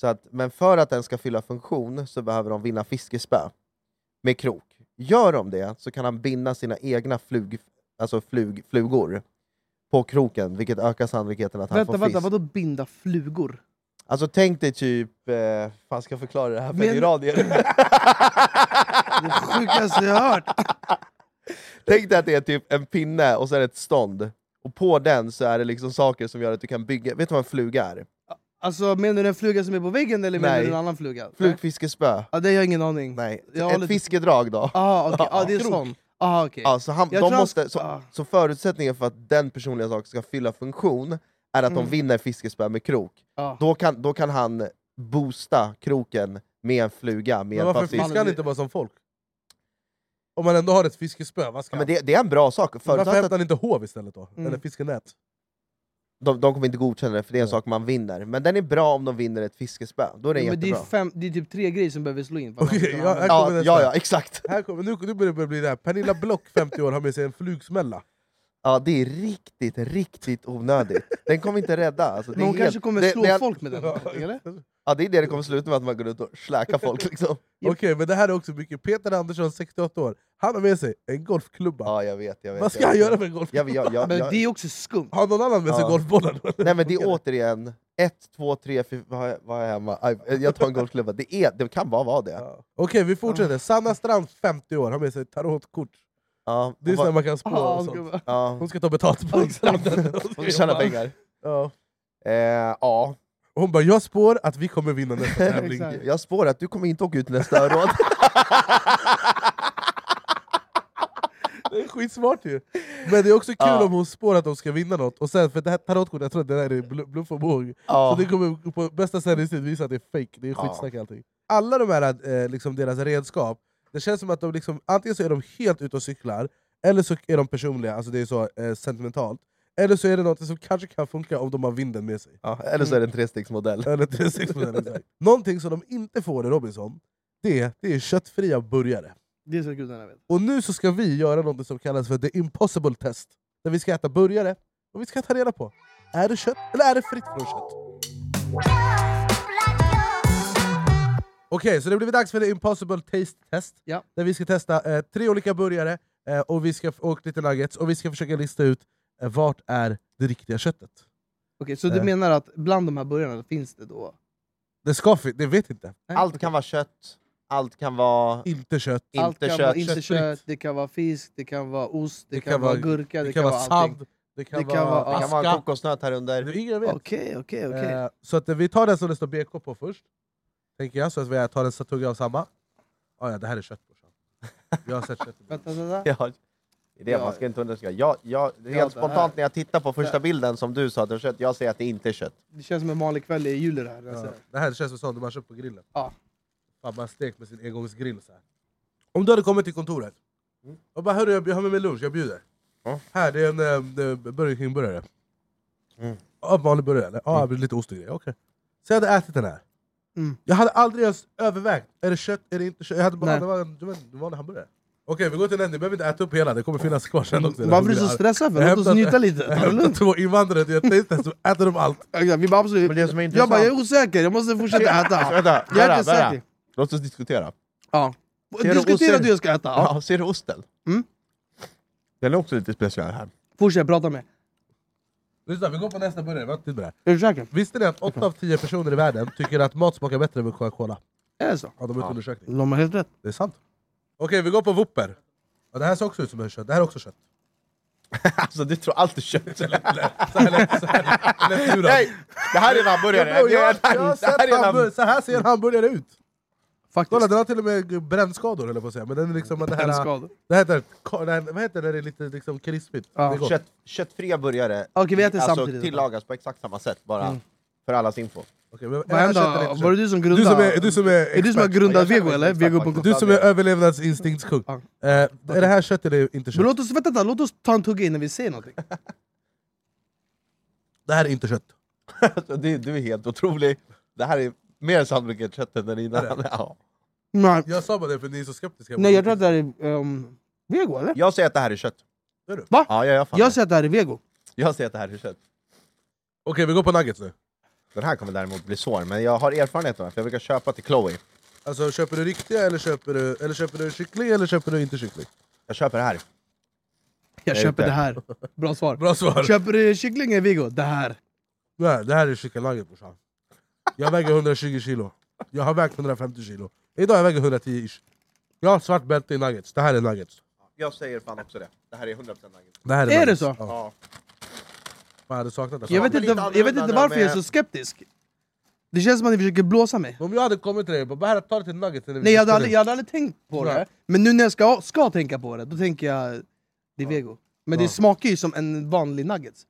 C: Så att, men för att den ska fylla funktion så behöver de vinna fiskespö med krok. Gör de det så kan han binda sina egna flug, alltså flug, flugor på kroken, vilket ökar sannolikheten att han
B: Vänta,
C: får
B: vänta,
C: fisk.
B: vadå binda flugor?
C: Alltså tänk dig typ... Eh, fan ska jag förklara det här för
B: Men-
C: en iranier?
B: Det sjukaste jag hört!
C: Tänk dig att det är typ en pinne och sen ett stånd. Och på den så är det liksom saker som gör att du kan bygga... Vet du vad en fluga är?
B: Alltså menar du en fluga som är på väggen eller menar
C: Nej.
B: du en annan fluga? Nej.
C: Flugfiskespö?
B: Ja, det har jag ingen aning.
C: Nej.
B: Jag
C: ett
B: håller-
C: fiskedrag då?
B: Aha, okej.
C: Ja,
B: Ja, det är
C: krok.
B: sån. Aha, okej.
C: Ja, så, han,
B: Jag
C: de
B: tror han-
C: måste, så,
B: ah.
C: så förutsättningen för att den personliga saken ska fylla funktion är att de
B: Mm.
C: vinner fiskespö med krok.
B: Ja.
C: Då kan, då kan han boosta kroken med en fluga. Med
A: Men
C: hjälp av
A: varför
C: fisk.
A: fiskar han inte bara som folk? Om man ändå har ett fiskespö, vad ska
C: Ja,
A: han?
C: men det, det är en bra sak.
A: Varför
C: Förutsatt
A: hämtar
C: att
A: han inte hov istället då?
B: Mm.
A: Eller fiskenät?
C: de, de kommer inte godkänna det, för det är en
A: Ja.
C: sak man vinner. Men den är bra om de vinner ett fiskespö. Då är den
B: Ja, men det, är
C: jättebra.
B: fem, det är typ tre grejer som behöver slå in. för att man
A: Okej,
B: ska kunna
A: jag,
B: använda
A: här
B: det.
A: kommer
C: Ja,
A: nästa.
C: ja, ja, exakt.
A: Här kommer, nu, nu börjar det bli det här. Pernilla Block, 50 år, har med sig en flugsmälla.
C: Ja, det är riktigt, riktigt onödigt. Den kommer inte rädda. Alltså, det,
B: Men
C: är
B: hon
C: helt,
B: kanske kommer
C: det,
B: slå
C: det,
B: folk med den. Eller?
C: ja, det är det det kommer sluta med, att man går ut och släkar folk. Liksom.
A: Okej, men det här är också mycket. Peter Andersson, 68 år, han har med sig en golfklubba.
C: Ja, jag vet. Jag vet
A: vad ska
C: jag
A: han
C: vet.
A: göra med en golfklubba?
C: Jag, jag, jag,
B: Men
C: jag,
B: det är också skumt.
A: Har någon annan med sig
C: Ja.
A: golfbollar?
C: Nej men det är återigen Ett, två, tre, fyra, vad har jag- vad har jag hemma? Aj, Jag tar en golfklubba. Det, är, det kan bara vara det.
A: Ja. Okej, vi fortsätter. Sanna Strand, 50 år, har med sig tarotkort.
C: Ja,
A: Det är
C: och vad-
A: sådär man kan spå
B: Ah,
A: och sånt.
B: gud.
C: ja.
A: Hon ska ta betalt på stranden.
C: Hon vill tjäna pengar.
A: Ja.
C: Eh, ja,
A: Och Hon bara, jag spår att vi kommer vinna nästa tävling.
B: Exakt.
C: jag spår att du kommer inte åka ut nästa råd.
A: Det är skitsmart ju! Men det är också kul
C: Ja.
A: om hon spår att de ska vinna något, och sen, för det här tarotkortet, jag tror att det här är blu- bluff och båg.
C: Ja.
A: Så det kommer på bästa sändningstid visa att det är fake, det är
C: Ja.
A: skitsnack allting. Alla de här, eh, liksom deras redskap, det känns som att de liksom, antingen så är de helt ute och cyklar, eller så är de personliga, alltså det är så eh, sentimentalt. Eller så är det något som kanske kan funka om de har vinden med sig.
C: Ja, eller så är det en trestegsmodell.
A: Eller 360 exakt. Någonting som de inte får i Robinson, det, det är köttfria burgare.
B: Det är så gudarna vet.
A: Och nu så ska vi göra något som kallas för the impossible test. Där vi ska äta burgare och vi ska ta reda på, är det kött eller är det fritt från kött? Okej, så det blir dags för the impossible taste test.
B: Ja.
A: Där vi ska testa eh, tre olika burgare eh, och, vi ska, och lite nuggets och vi ska försöka lista ut eh, vart är det riktiga köttet.
B: Okej, så du
A: Eh.
B: menar att bland de här burgarna finns det då?
A: Det ska fin- det vet inte.
B: Nej,
C: Allt
B: okej.
C: kan vara kött, allt kan vara
A: Inte kött.
C: inte
B: Allt kan
C: kött.
B: vara inte
A: Köttfritt.
B: kött, det kan vara fisk, det kan vara ost, det, kan, vara gurka, det,
A: Det kan vara
B: allting.
A: sand, det kan
B: Det kan
A: vara
B: vara-
C: Det kan vara en
A: aska.
C: kokosnöt här under.
A: Det är Ingen vet.
B: Okej, okej, okej.
A: Eh, Så att eh, vi tar den som det står BK på först, tänker jag, så att vi tar en tugga av samma. Ah, ja, det här är kött brorsan. Jag har sett kött.
B: Vänta, vänta.
C: Ja. Det är det, man ska inte underskatta. Jag, jag,
B: det här.
C: helt spontant när jag tittar på första bilden som du sa att det var kött, jag säger att det inte är kött.
B: Det känns som en vanlig kväll i juli det här.
A: Ja.
B: Alltså.
A: Det här känns som sånt man köper på grillen.
B: Ja.
A: Fan, man stekt med sin engångsgrill så här. Om du hade kommit till kontoret och bara hörru, jag jag har med mig lunch, jag bjuder.
C: Ja.
A: Här, det är en eh, eh, Burger King-burgare. Ja, vanlig burgare? eller? Ja, lite ost och grejer. Okej. Så jag hade ätit den här.
B: Mm.
A: Jag hade aldrig ens övervägt, är det kött, är det inte kött? Jag hade bara,
B: Nej.
A: det var en, det var en vanlig hamburgare. Okej, vi går till den, ni behöver inte äta upp hela, det kommer finnas kvar sen också.
B: Varför är du så stressad? För?
A: Jag
B: Låt oss
A: hämtar-
B: njuta lite.
A: Jag
B: Ta det
A: hämtar
B: lugnt.
A: två invandrare till ett tastetest som äter upp allt.
B: Exakt, Vi bara absolut...
C: Men det som är
B: Jag
C: intressant...
B: bara, jag är osäker, jag måste fortsätta äta. Jag
C: Vänta,
B: är
C: vänta,
B: inte
C: vänta.
B: säker.
C: Låt oss diskutera.
B: Ja.
C: Ser du
B: Diskutera
C: osäker?
B: du jag ska äta. Ja.
C: Ja, ser du osten?
B: Mm.
C: Den är också lite speciell här.
B: Fortsätt prata med.
A: Lyssna, vi går på nästa burgare, vi har inte tid med det här.
B: Är du säker?
A: Visste ni att 8 av 10 personer i världen tycker att mat smakar bättre med Coca-Cola?
B: Är det så?
A: Ja, de har gjort undersökning.
B: De har helt rätt.
A: Det är sant. Okej, vi går på Whopper. Ja, det här ser också ut som en kött. Det här är också kött.
C: Alltså du tror allt är kött eller?
A: Så här lät, så här lät djuren.
C: Nej! Det här är en hamburgare!
A: Jag, jag, jag har
C: det här
A: sett
C: är en
A: hamburgare.
C: hamburgare!
A: Så här ser en hamburgare ut. Kolla,
B: Faktiskt.
A: den har till och med brännskador höll jag på att säga. Men den är liksom att det här...
B: Brännskador.
A: Det här heter, ka- det här, vad heter det när det är lite liksom krispigt?
B: Ja.
A: Det är gott.
C: Kött, köttfria burgare
B: Okej, vi äter
C: alltså,
B: samtidigt. Mm.
C: tillagas på exakt samma sätt, bara för allas info.
A: Okej, men
B: Vad
A: jag köper
B: hände?
A: inte
B: Var det
A: kött.
B: du som
A: du som
B: grundade?
A: är, du som är,
B: Är du som har
A: expert.
B: grundat
C: Jag
B: Vego
C: känner mig
B: eller?
C: exakt
B: Vego
C: faktiskt.
B: på
A: du som är överlevnadsinstinktskung.
B: Ja.
A: Eh, är det här kött eller inte
B: Men
A: kött?
B: låt oss, vänta, låt oss ta en tugga innan vi säger någonting.
A: Det här är inte kött.
C: Alltså, du, du är helt otrolig. Det här är mer sannolikt kött än den innan. Ja.
B: Nej,
A: Jag sa bara det för ni är så skeptiska.
B: Nej jag tror att det här är ehm, Vego eller?
C: Jag säger att det här är kött.
A: Gör du?
B: Va?
C: Ja, jag, jag,
B: Jag
C: jag,
B: säger att det här är Vego.
C: jag säger att det här är kött.
A: Okej, vi går på nuggets nu.
C: Den här kommer däremot bli svår, men jag har erfarenhet av den, för jag brukar köpa till Chloe.
A: Alltså, köper du riktiga eller köper du, eller köper du kyckling eller köper du inte kyckling?
C: Jag köper det här.
B: Jag
C: är
B: köper
C: ute.
B: det här. Bra svar.
A: Bra svar!
B: Köper du kyckling eller Vego? Det här.
A: Nej, det här är chicken nugget brorsan. Jag väger 120 kilo. Jag har vägt 150 kilo. Idag väger jag 110 ish. Jag har svart bälte i nuggets. Det här är nuggets.
C: Jag säger fan också det. Det här är 100% nugget.
A: Det här är,
B: Är
A: nuggets.
B: det så?
A: Ja.
C: Ja.
A: Fan, jag hade saknat det. Fan.
B: Jag vet,
C: men
B: inte,
C: lite
B: jag vet inte
C: annorlunda
B: varför jag är
C: med- Mm,
B: så skeptisk. Det känns som att ni försöker blåsa mig.
A: Om jag hade kommit till dig och bara "Bara, ta det till nuggets. när vi
B: Nej jag hade,
A: sitter
B: aldrig,
A: nu."
B: jag hade aldrig tänkt på
A: Nej.
B: det. Men nu när jag ska, ska tänka på det, då tänker jag det är Vego. Men
A: Ja.
B: det smakar ju som en vanlig nuggets.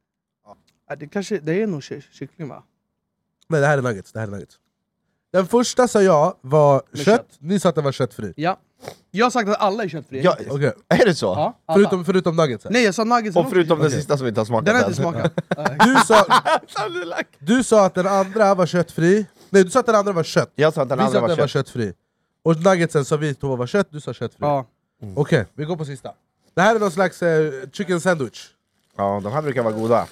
B: Ja. Det, kanske, det är nog ky- kyckling va?
A: Nej, det här är nuggets. Det här är nuggets. Den första sa jag var kött.
B: Med
A: ni sa att den var köttfri.
B: Ja. Jag har sagt att alla är köttfria.
C: Ja,
A: Okej.
C: Är det så?
B: Ja, alla.
A: Förutom, förutom nuggets. här.
B: Nej jag sa nuggets
C: Och förutom den
A: Okej.
C: sista som inte har smakat
B: Den har
C: än.
B: inte smakat.
A: Du sa,
C: Sannolikt.
A: du sa att den andra var köttfri. Nej, du sa att den andra var kött.
C: jag sa att den
A: vi sa
C: andra
A: att den
C: var
A: var
C: kött.
A: köttfri. Och nuggetsen sa vi två var kött, du sa köttfri.
B: ja.
A: Okej, vi går på sista. Det här är någon slags eh, chicken sandwich.
C: Ja, de här brukar vara goda.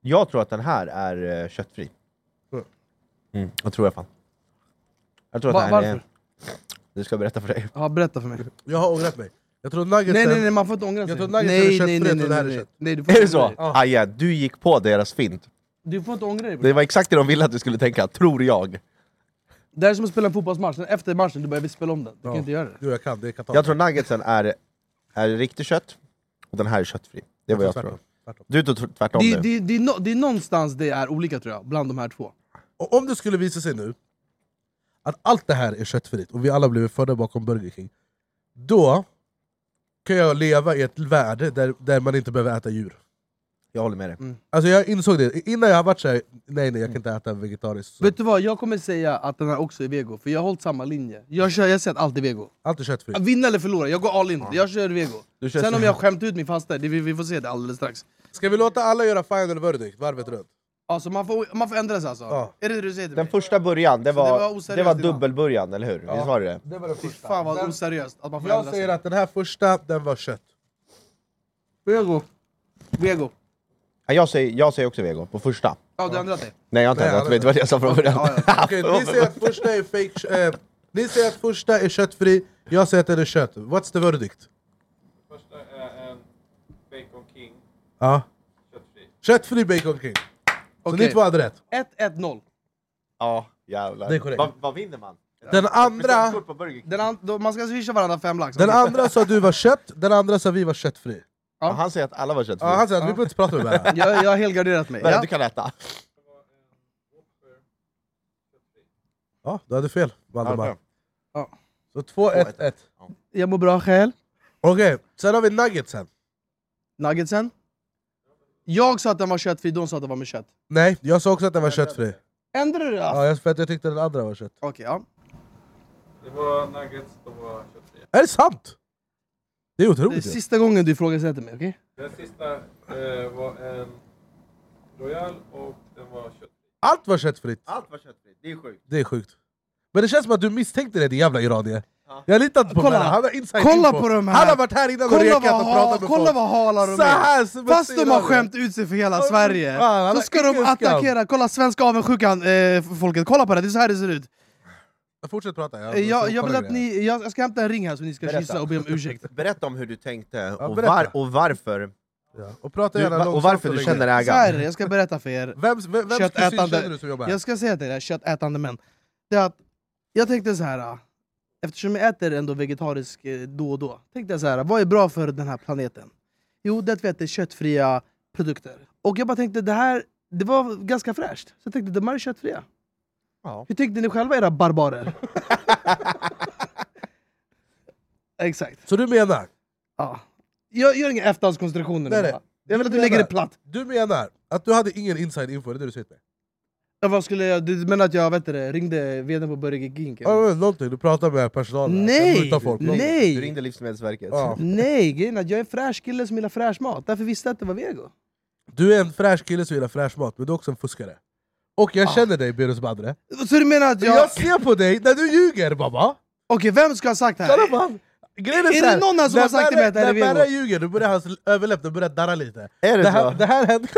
C: Jag tror att den här är eh, köttfri.
A: Mm.
C: Mm, jag tror jag fan. Jag tror att
B: Va-
C: den här är...
B: varför?
C: Du ska jag berätta för dig.
B: ja, berätta för mig.
A: Jag har ångrat mig. Jag tror nuggetsen...
B: Nej nej nej, man får inte ångra sig.
A: Jag tror nuggets är
B: nej,
A: köttfritt
B: nej, nej,
A: och det här är
B: nej, nej.
A: kött.
B: nej, du får
C: Är det
B: inte ångra
C: så?
B: dig.
C: Ah, ja, du gick på deras fint.
B: Du får inte ångra dig. bror.
C: Det var exakt det de ville att du skulle tänka, tror jag.
B: Det här är som att spela en fotbollsmatch, Sen efter matchen du börjar spela om den. Du
A: Ja.
B: kan inte göra det.
A: Jo jag kan, det är Qatar.
C: Jag tror nuggetsen är, är riktigt kött, och den här är köttfri. Det är vad jag tror.
A: Tvärtom, tvärtom.
C: Du tror tvärtom
B: Det,
C: nu.
B: det, det, är nå- det är någonstans det är olika tror jag, bland de här två.
A: Och om det skulle visa sig nu att allt det här är köttfritt och vi alla blivit födda bakom Burger King, då kan jag leva i ett värde där, där man inte behöver äta djur.
C: Jag håller med dig.
A: Alltså jag insåg det, innan jag har varit såhär, nej nej jag kan inte äta vegetariskt. Så
B: Vet du vad, jag kommer säga att den här också är vego, för jag har hållit samma linje. Jag, kör, jag säger att allt är vego.
A: allt är köttfritt.
B: Att Vinna eller förlora, jag går all in. Jag kör vego.
C: Du kör
B: Sen
C: så-
B: om jag skämt ut min fasta, det, vi, vi får se det alldeles strax.
A: Ska vi låta alla göra final verdict, varvet runt?
B: Alltså man får, man får ändra sig alltså.
A: Ja.
B: Är det det du säger till
C: Den
B: mig?
C: första början, det var,
B: var
C: det
B: oseriöst
C: var
B: innan.
C: dubbelburjan, eller hur? Visst var det det?
A: Det var det första.
B: Fan vad oseriöst att man får
A: jag
B: ändra sig.
A: säger att den här första, den var kött.
B: Vego. Vego.
C: Ja, Jag säger, jag säger också vego, på första.
B: Ja, du har ändrat dig.
C: Nej jag har inte
A: Nej,
C: ändrat
A: han
C: mig, det var det jag sa från början.
B: Ja,
A: Okej, ni säger att första är fake... Eh, ni säger att första är köttfri, jag säger att den är kött. What's the verdict?
G: Första är en Bacon King,
A: Ja.
G: köttfri.
A: Köttfri Bacon King. Så
B: Okej.
A: ni två hade rätt.
B: ja. 1-1-0.
C: Ja, jävlar.
A: Det är korrekt.
C: Vad, vad vinner man?
A: Den andra,
C: Presentkort på Burger King.
B: Den an- då- Man ska swisha varandra fem lax.
A: den andra sa att du var kött, den andra sa att vi var köttfri.
C: Ja, Han säger att alla var köttfria.
A: Ja, han sa att vi behöver inte prata med varandra.
B: jag, jag har helgarderat mig.
C: Men
B: Ja.
C: Du kan äta.
A: Ja, du hade fel, Valdemar.
B: Ja.
A: Så 2-1-1.
B: Jag mår bra själv.
A: Okej, sen har vi nuggetsen.
B: Nuggetsen? Jag sa att den var köttfri, de sa att den var med kött.
A: Nej, jag sa också att den var köttfri.
B: Ändrar du det?
A: Ja, jag- för att jag tyckte den andra var kött.
B: Okej, ja.
G: Det var nuggets, de var köttfria.
A: Är det sant? Det är
B: Det är
A: otroligt ju.
B: sista gången du ifrågasätter mig, okej?
G: Den sista eh, var en Royal och den var köttfri.
A: Allt var köttfritt.
C: Allt var köttfritt, det är sjukt.
A: Det är sjukt. Men det känns som att du misstänkte det din jävla iranier. Jag litar inte på
B: Kolla.
A: Kolla. Han har inside
B: Kolla
A: info.
B: på de här.
A: Han har varit här innan och
B: Kolla
A: rekat och
B: vad, ha,
A: pratat med
B: kolla
A: folk.
B: vad halar de
A: Så här
B: är!
A: ser
B: Fast de har
A: iranier.
B: skämt ut sig för hela
A: Kolla,
B: Sverige,
A: fan, alla
B: så ska de
A: ingen skam.
B: attackera, kolla svenska avundsjukan, eh, folket, kolla på det, det är så här det ser ut.
A: Fortsätt prata. Jag,
B: Eh, Jag,
A: kolla
B: jag vill att
A: grejer.
B: ni, jag jag ska hämta en ring här som ni ska
C: Berätta.
B: kyssa och be om ursäkt.
C: Berätta om hur du tänkte
A: Ja,
C: och,
A: berätta.
C: var, och varför
A: Ja. Och, prata
C: du,
A: gärna
C: va- och
A: långsamt
C: varför du
A: länge.
C: känner
B: Så här är
C: ägaren.
B: det, jag ska berätta för er.
A: Vems, vem, vems kusin
B: Köttätande.
A: känner du som jobbar här?
B: Jag ska säga till er, köttätande män. Det är att jag tänkte så här. ah, Eftersom jag äter ändå vegetarisk eh, då och då, tänkte jag så här. vad är bra för den här planeten? Jo, det är att vi äter köttfria produkter. Och jag bara tänkte, det här det var ganska fräscht. Så jag tänkte, de här är köttfria.
C: Ja.
B: Hur tänkte ni själva era barbarer? Exakt.
A: Så du menar,
B: Ja. Jag gör inga efterhandskonstruktioner
A: Nej,
B: nu.
A: nej.
B: va? Jag vill att du
A: Du
B: lägger det
A: menar-
B: platt.
A: du menar att du hade ingen inside info, det är det du säger till mig?
B: Ja, vad skulle jag, du menar att jag vet det, ringde vdn på Burger King? eller?
A: Ja, men Någonting, du pratar med personalen, här.
B: Nej!
A: Jag mutar folk.
C: Du
B: Nej!
C: ringde Livsmedelsverket.
A: Ja.
B: Nej, grejen är att jag är en fräsch kille som gillar fräsch mat. Därför visste jag att det var vego.
A: Du är en fräsch kille som gillar fräsch mat, men du är också en fuskare. Och
B: Ah.
A: jag känner dig Behrouz Badre,
B: Så du menar att
A: jag...
B: jag...
A: jag ser på dig när du ljuger mamma!
B: Okej, vem ska ha sagt det här?
A: Kolla på han. Grejen
B: Är
A: så här,
B: det någon här som
A: när
B: har sagt till
A: Berra-
B: mig att det här är
A: När Berra
B: vego?
A: ljuger, då börjar hans överläpp då börjar darra lite.
C: Är
A: Det
C: det, så?
A: här, det här hände...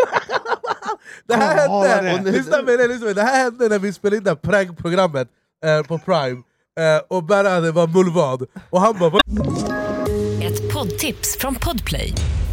A: det här
B: Kolla
A: hände,
B: det.
A: lyssna med det, lyssna med det. här hände när vi spelade in det här prankprogrammet eh, på Prime, eh, och Berra hade- var mullvad, och han bara "Vad
D: Ett poddtips från Podplay.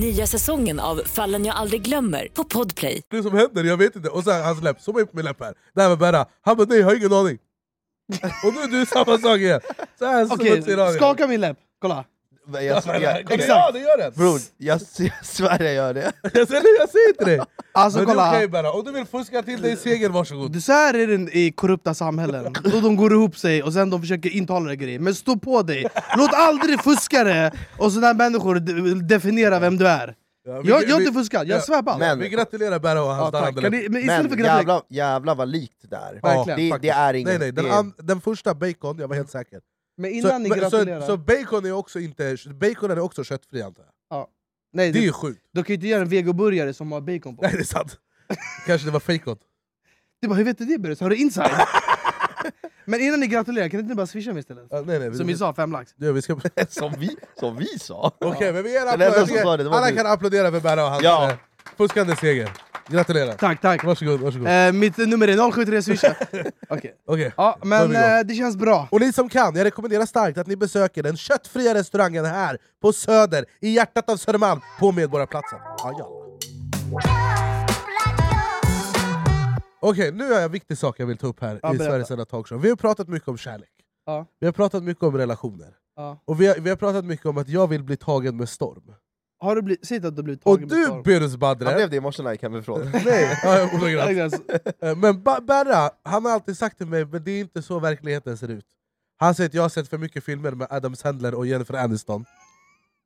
D: Nya säsongen av Fallen jag aldrig glömmer på Podplay.
A: det som händer? Jag vet inte. Och sen hans läpp, zooma in på min läpp här. Det här var Berra, han bara nej jag har ingen aning. och nu är du samma sak igen. Så här
B: Okej,
A: smutsig radio.
B: skaka min läpp. Kolla.
C: Men jag, jag, jag,
A: Ja det gör den!
C: bror, jag, jag svär jag gör det.
A: Jag säger, jag säger inte det!
B: Alltså
A: Men det är
B: kolla.
A: okej Berra, om du vill fuska till dig segern, varsågod.
B: Du, så här är det i korrupta samhällen. Då de går ihop sig och sen de försöker intala dig grejer. Men stå på dig! Låt aldrig fuskare och sådana här människor de- definiera vem du är.
A: Ja, vi-
B: Jag, jag har
A: vi-
B: inte fuskat, jag
A: ja.
B: svär på allt.
C: Men-
A: Vi gratulerar Berra och
B: Ja,
A: hans
B: tack.
A: darrande
B: Kan
A: läpp.
B: ni, men istället för
C: Men
B: gratulerar...
C: jävlar, jävlar vad likt där.
A: Ja,
B: Verkligen,
C: det, det
A: faktiskt.
C: är inget...
A: Nej, nej, den,
C: det,
A: an- den första bacon, jag var helt säker.
B: Men
A: Så,
B: innan ni
A: men, så,
B: gratulerar...
A: så bacon är också inte bacon är också köttfri antar jag?
B: nej,
A: Det är
B: du,
A: ju sjukt.
B: du kan ju inte göra en vegoburgare som har bacon på.
A: Nej det är sant. Kanske det var fejkon.
B: Du bara, hur vet du det Burres? Har du inside? Men innan ni gratulerar, kan inte ni bara swisha mig istället?
A: Ja, nej, nej, vi,
B: Som vi sa, fem lax.
A: Ja, vi ska... Okej,
C: Som vi, som vi sa!
A: men vi ger
C: enda som sa det,
A: applåder.
C: det var
A: Alla
C: du.
A: kan applådera för Berra och hans
C: Ja.
A: ja. fuskande seger. Gratulerar.
B: Tack, tack.
A: Varsågod, varsågod.
B: Eh, mitt nummer är 073 swisha. Okej.
A: Okej.
B: Ja,
A: då är
B: men
A: vi igång.
B: eh, det känns bra.
A: Och ni som kan, jag rekommenderar starkt att ni besöker den köttfria restaurangen här på Söder, i hjärtat av Södermalm, på Medborgarplatsen. Ah, Ja, ja. Okej, nu har jag en viktig sak jag vill ta upp här
B: Ja,
A: i
B: berätta.
A: Sveriges enda talkshow. Vi har pratat mycket om kärlek.
B: Ja.
A: Vi har pratat mycket om relationer.
B: Ja.
A: Och vi har, vi har pratat mycket om att jag vill bli tagen med storm.
B: Har du blivit, säg inte att du blivit
A: Och
B: tagen med
A: du
B: storm.
A: Behrouz
C: Han
A: Badre...
C: blev det i morse när jag kom ifrån.
A: Nej, ja, ordagrant.
B: Agnes,
A: Eh, Men Ba- Berra, han har alltid sagt till mig men det är inte så verkligheten ser ut. Han säger att jag har sett för mycket filmer med Adam Sandler och Jennifer Aniston.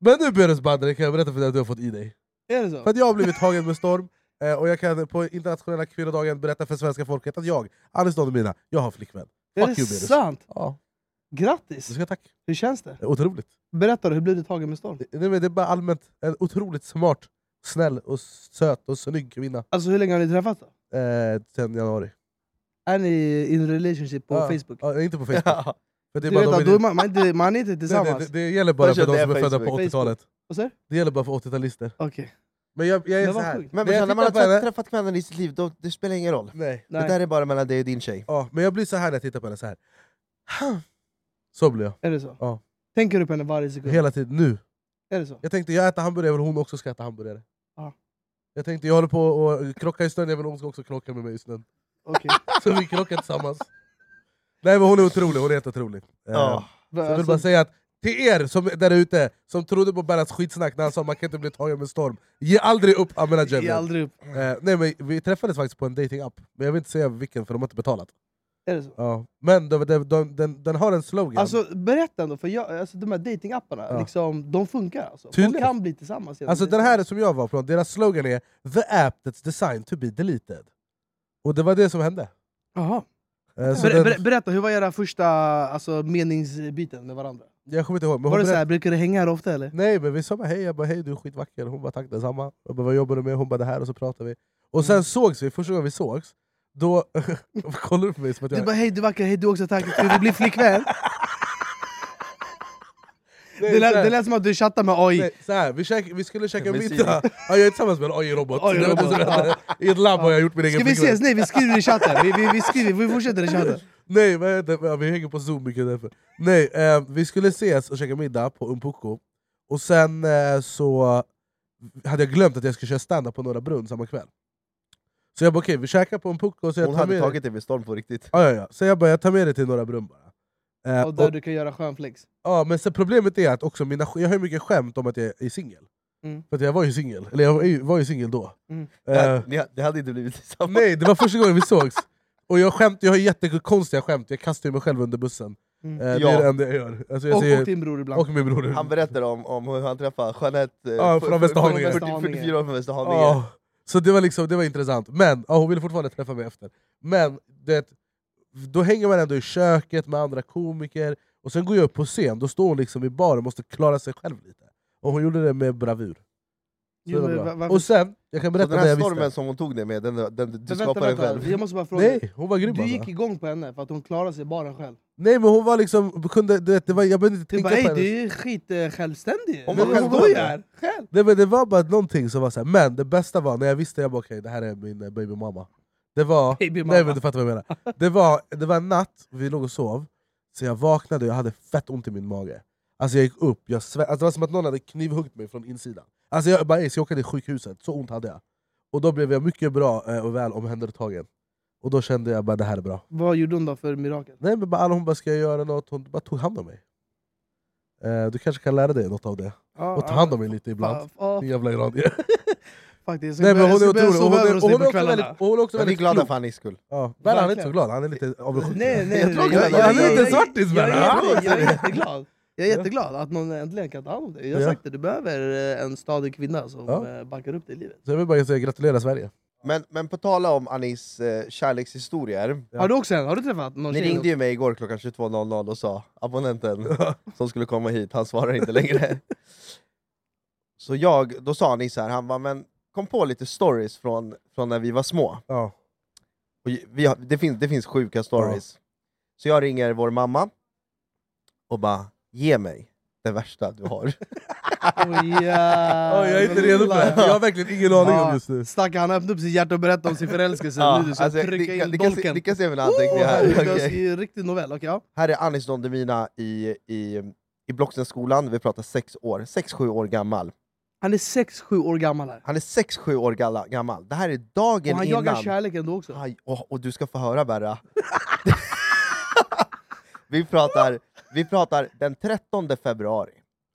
A: Men nu Behrouz Badre kan jag berätta för dig att du har fått i dig.
B: Är det så?
A: För att jag har blivit tagen med storm, eh, och jag kan på internationella kvinnodagen berätta för svenska folket att jag, Aniston och mina, jag har flickvän.
B: är
A: fuck
B: det
A: you, Behrouz.
B: sant?
A: Ja. Du
B: Grattis!
A: ska tacka.
B: Hur känns det?
A: Otroligt.
B: Berätta då, hur blev du tagen med storm?
A: Det, det är bara allmänt en otroligt smart, snäll, och söt och snygg kvinna
B: Alltså hur länge har ni träffats då?
A: eh, sen januari.
B: Är ni in a relationship på
A: Ja.
B: Facebook?
A: Ja, inte på Facebook.
C: Ja.
A: För det
B: Du
A: är
B: vet
A: bara de
B: att
A: vill-
B: då är man, man, är inte, man är inte
A: Nej,
B: tillsammans?
A: nej, det, det gäller bara
C: Jag
A: för de
C: kände
A: som är
C: jag
A: födda på
C: Facebook.
A: 80-talet.
B: Vad säger du?
A: Det gäller bara för 80-talister.
B: Okej.
A: Men jag, jag är
B: Men
A: så
B: vad
A: här.
B: sjukt.
C: Men,
A: när jag
C: men när man har
A: tittar på
C: träff-
A: henne,
C: träffat kvinnan i sitt liv, då, det spelar ingen roll.
A: nej.
B: Nej.
C: Det där är bara mellan dig och din tjej.
A: Ja, men jag blir så här när jag tittar på henne, så här. Så blir jag.
B: Är det så?
A: Ja.
B: Tänker du på henne varje sekund?
A: Hela tiden, nu.
B: Är det så?
A: Jag tänkte jag äter hamburgare, jag vill hon också ska äta hamburgare.
B: Ja.
A: Jag tänkte jag håller på och krocka i snön, jag vill hon ska också krocka med mig i snön.
B: Okej.
A: Så vi krockar tillsammans. Nej men hon är otrolig, hon är helt otrolig. Eh,
C: Ja.
A: Så
B: alltså,
A: jag vill bara säga att till er som är där ute, som trodde på Berrats skitsnack när han sa man kan inte bli tagen med storm, ge aldrig upp Amina
B: Ge
A: Jebel.
B: aldrig upp.
A: Eh, nej, men vi träffades faktiskt på en dating-app, men jag vill inte säga vilken för de har inte betalat.
B: Är det så?
A: Ja. Men de, de, de, den, den har en slogan. Alltså,
B: Alltså berätta ändå, för jag, alltså, de här datingapparna,
A: Ja.
B: liksom, de funkar alltså. Folk
A: Tydligen. Alltså,
B: kan bli tillsammans. genom
A: den
B: dating.
A: här som jag var på, deras slogan är “The app that's designed to be deleted”. Och det var det som hände.
B: Jaha.
A: Eh, så
B: Ber,
A: den,
B: ber, berätta, hur var era första alltså, meningsbyten med varandra?
A: jag kommer inte ihåg. Men
B: Var
A: hon
B: det så
A: berätt-
B: här, brukar du hänga här ofta eller?
A: Nej men vi sa bara hej, jag bara “Hej du är skitvacker”, hon bara “Tack detsamma”. Jag bara “Vad jobbar du med?” Hon bara “Det här” och så pratade vi. Och
B: Mm.
A: sen sågs vi, första gången vi sågs, då... Varför kollar du på mig som att
B: Du
A: jag...
B: bara hej du är vacker, hej du också tack, ska vi bli flickvän?
A: Nej,
B: Det lät,
A: så här-
B: det lät som att du chattar med AI.
A: Nej, så här, vi, käk, vi skulle käka
C: Med
A: middag, ja, jag är tillsammans med en AI-robot.
B: AI-robot,
A: Det var det som hände. I ett labb har jag gjort min egen
B: Ska vi
A: flickvän.
B: ses? Nej vi skriver i chatten, vi, vi, vi, skriver, vi fortsätter i chatten.
A: Nej, vad heter, ja, vi hänger på zoom mycket därför. Nej, eh, vi skulle ses och käka middag på Umpoko, och sen eh, så hade jag glömt att jag skulle köra stand-up på Norra Brunn samma kväll. Så jag bara okej, vi käkar på Umpoko, så jag
C: Hon
A: tar
C: hade
A: med
C: tagit det med storm på riktigt.
A: Ja, ja, ja. Så jag bara, jag tar med dig till Norra Brunn bara. Eh,
B: Och där
A: och,
B: du kan göra skön flex.
A: ja, men sen problemet är att också mina, sk- jag har ju mycket skämt om att jag är singel.
B: Mm.
A: För att jag var ju singel, eller jag var ju, var ju singel då.
B: Mm.
C: Det
A: Eh,
C: hade- ni- Det hade inte blivit tillsammans.
A: Nej, det var första gången vi sågs. Och jag, skämt, jag har jättekonstiga skämt, jag kastar ju mig själv under bussen.
B: Mm.
A: Eh, det
C: Ja.
A: är det enda jag gör. Alltså, jag
B: Och,
A: säger,
B: och din bror ibland.
A: och min bror.
C: Han berättade om, om hur han träffade Jeanette, eh,
A: Ja,
C: fyr-
A: från Västerhaninge.
C: 40 44 år från Västerhaninge.
A: Ja. Så det var, liksom, det var intressant. Men ja, hon ville fortfarande träffa mig efter. Men det, då hänger man ändå i köket med andra komiker, och sen går jag upp på scen, då står hon liksom i baren och måste klara sig själv lite. Och hon gjorde det med bravur. Så
B: Jo,
A: det
B: men
A: var
B: va-
A: bra.
B: varför-
A: Och sen, jag kan
C: Så
A: berätta
C: den
A: när jag
C: här stormen
A: visste.
C: som hon tog dig med, den, den, du
B: Men
C: skapade den själv.
B: jag måste bara fråga.
A: Nej, hon var grym
B: du
A: alltså.
B: gick igång på henne för att hon klarade sig bara själv.
A: Nej men hon var liksom, kunde, du vet, det var, jag behövde inte
B: Du
A: tänka
B: bara
A: på
B: ey
A: henne.
B: du är skit eh, självständig.
C: Hon
B: Du
C: var själv-
B: skojar! Själv!
A: Nej, men det var bara någonting som var så här. men det bästa var när jag visste jag bara, okej det här är min eh, babymamma. Det var,
B: Babymamma.
A: nej men du fattar vad jag menar. Det var, det var en natt, vi låg och sov, så jag vaknade och jag hade fett ont i min mage. Alltså jag gick upp, jag sve- alltså, det var som att någon hade knivhuggit mig från insidan. Alltså jag bara, "Ey, ska jag åka till sjukhuset? Så ont hade jag. Och då blev jag mycket bra eh, och väl omhändertagen. Och då kände jag bara, det här är bra.
B: Vad gjorde hon då för mirakel?
A: Nej men bara, alla, hon bara, ska jag göra något? Hon bara tog hand om mig. Eh, du kanske kan lära dig något av det. Och ta hand om mig lite ibland.
B: Ja,
A: Din jävla iranier.
B: faktiskt.
A: Nej,
B: Jag
A: men hon är
B: ska
A: otrolig,
B: börja
A: och
B: sova
A: hon
B: över
A: är,
B: hos
A: och
B: dig
A: hon är
B: på
A: också väldigt,
B: kvällarna.
A: och hon är också
C: Men vi är
A: väldigt
C: glada
A: klok.
C: för Hannis skull.
A: Ja, Berra, han är inte så
B: Verkligen.
A: glad, han är lite avundsjuk.
B: Nej, nej,
C: Jag
B: nej. jag-
C: tror inte
B: jag-
C: det. Han är
B: jag-
A: inte
B: jag-
A: svartis,
B: jag-
A: men-
B: jag-
A: Ah!
B: Jag jag är jätteglad. Jag är jätteglad att någon äntligen kan ta hand om dig. Jag har
A: Ja.
B: sagt det, du behöver eh, en stadig kvinna som
A: Ja.
B: eh, backar upp dig i livet.
A: Så jag vill bara säga gratulera Sverige.
C: Men, men på tala om Anis eh, kärlekshistorier.
A: Ja.
B: Har du också en? Har du träffat någon
C: Ni
B: tjej?
C: ringde ju mig igår klockan 22.00 och sa abonnenten som skulle komma hit, han svarar inte längre. Så jag, då sa ni så här, han bara, men kom på lite stories från, från när vi var små.
A: Ja.
C: Och vi har, det, finns, det finns sjuka stories. Så jag ringer vår mamma och bara ge mig det värsta du har.
B: Oj, jävlar.
A: Oj, jag är inte redo för det här, för jag har verkligen ingen aning om just nu.
B: Stackarn, han öppnade upp sitt hjärta och berättade om sin förälskelse.
C: Ja,
B: nu du ska
C: alltså,
B: trycka
C: ni,
B: in
C: ni, kan se,
B: dolken.
C: ni kan se mina
B: Oh,
C: anteckningar här.
B: herregud, jag
C: Okej.
B: skriver en riktig novell. Okej, ja.
C: Här är Anis Don Demina i, i, i Blocksenskolan, vi pratar sex år, sex sju år gammal.
B: Han är 6-7 år gammal här.
C: Han är sex sju år galla, gammal, det här är
B: Och
C: dagen
B: han jagar
C: innan...
B: kärleken då också.
C: Aj, och, och du ska få höra Berra. vi, pratar, vi pratar den 13 februari,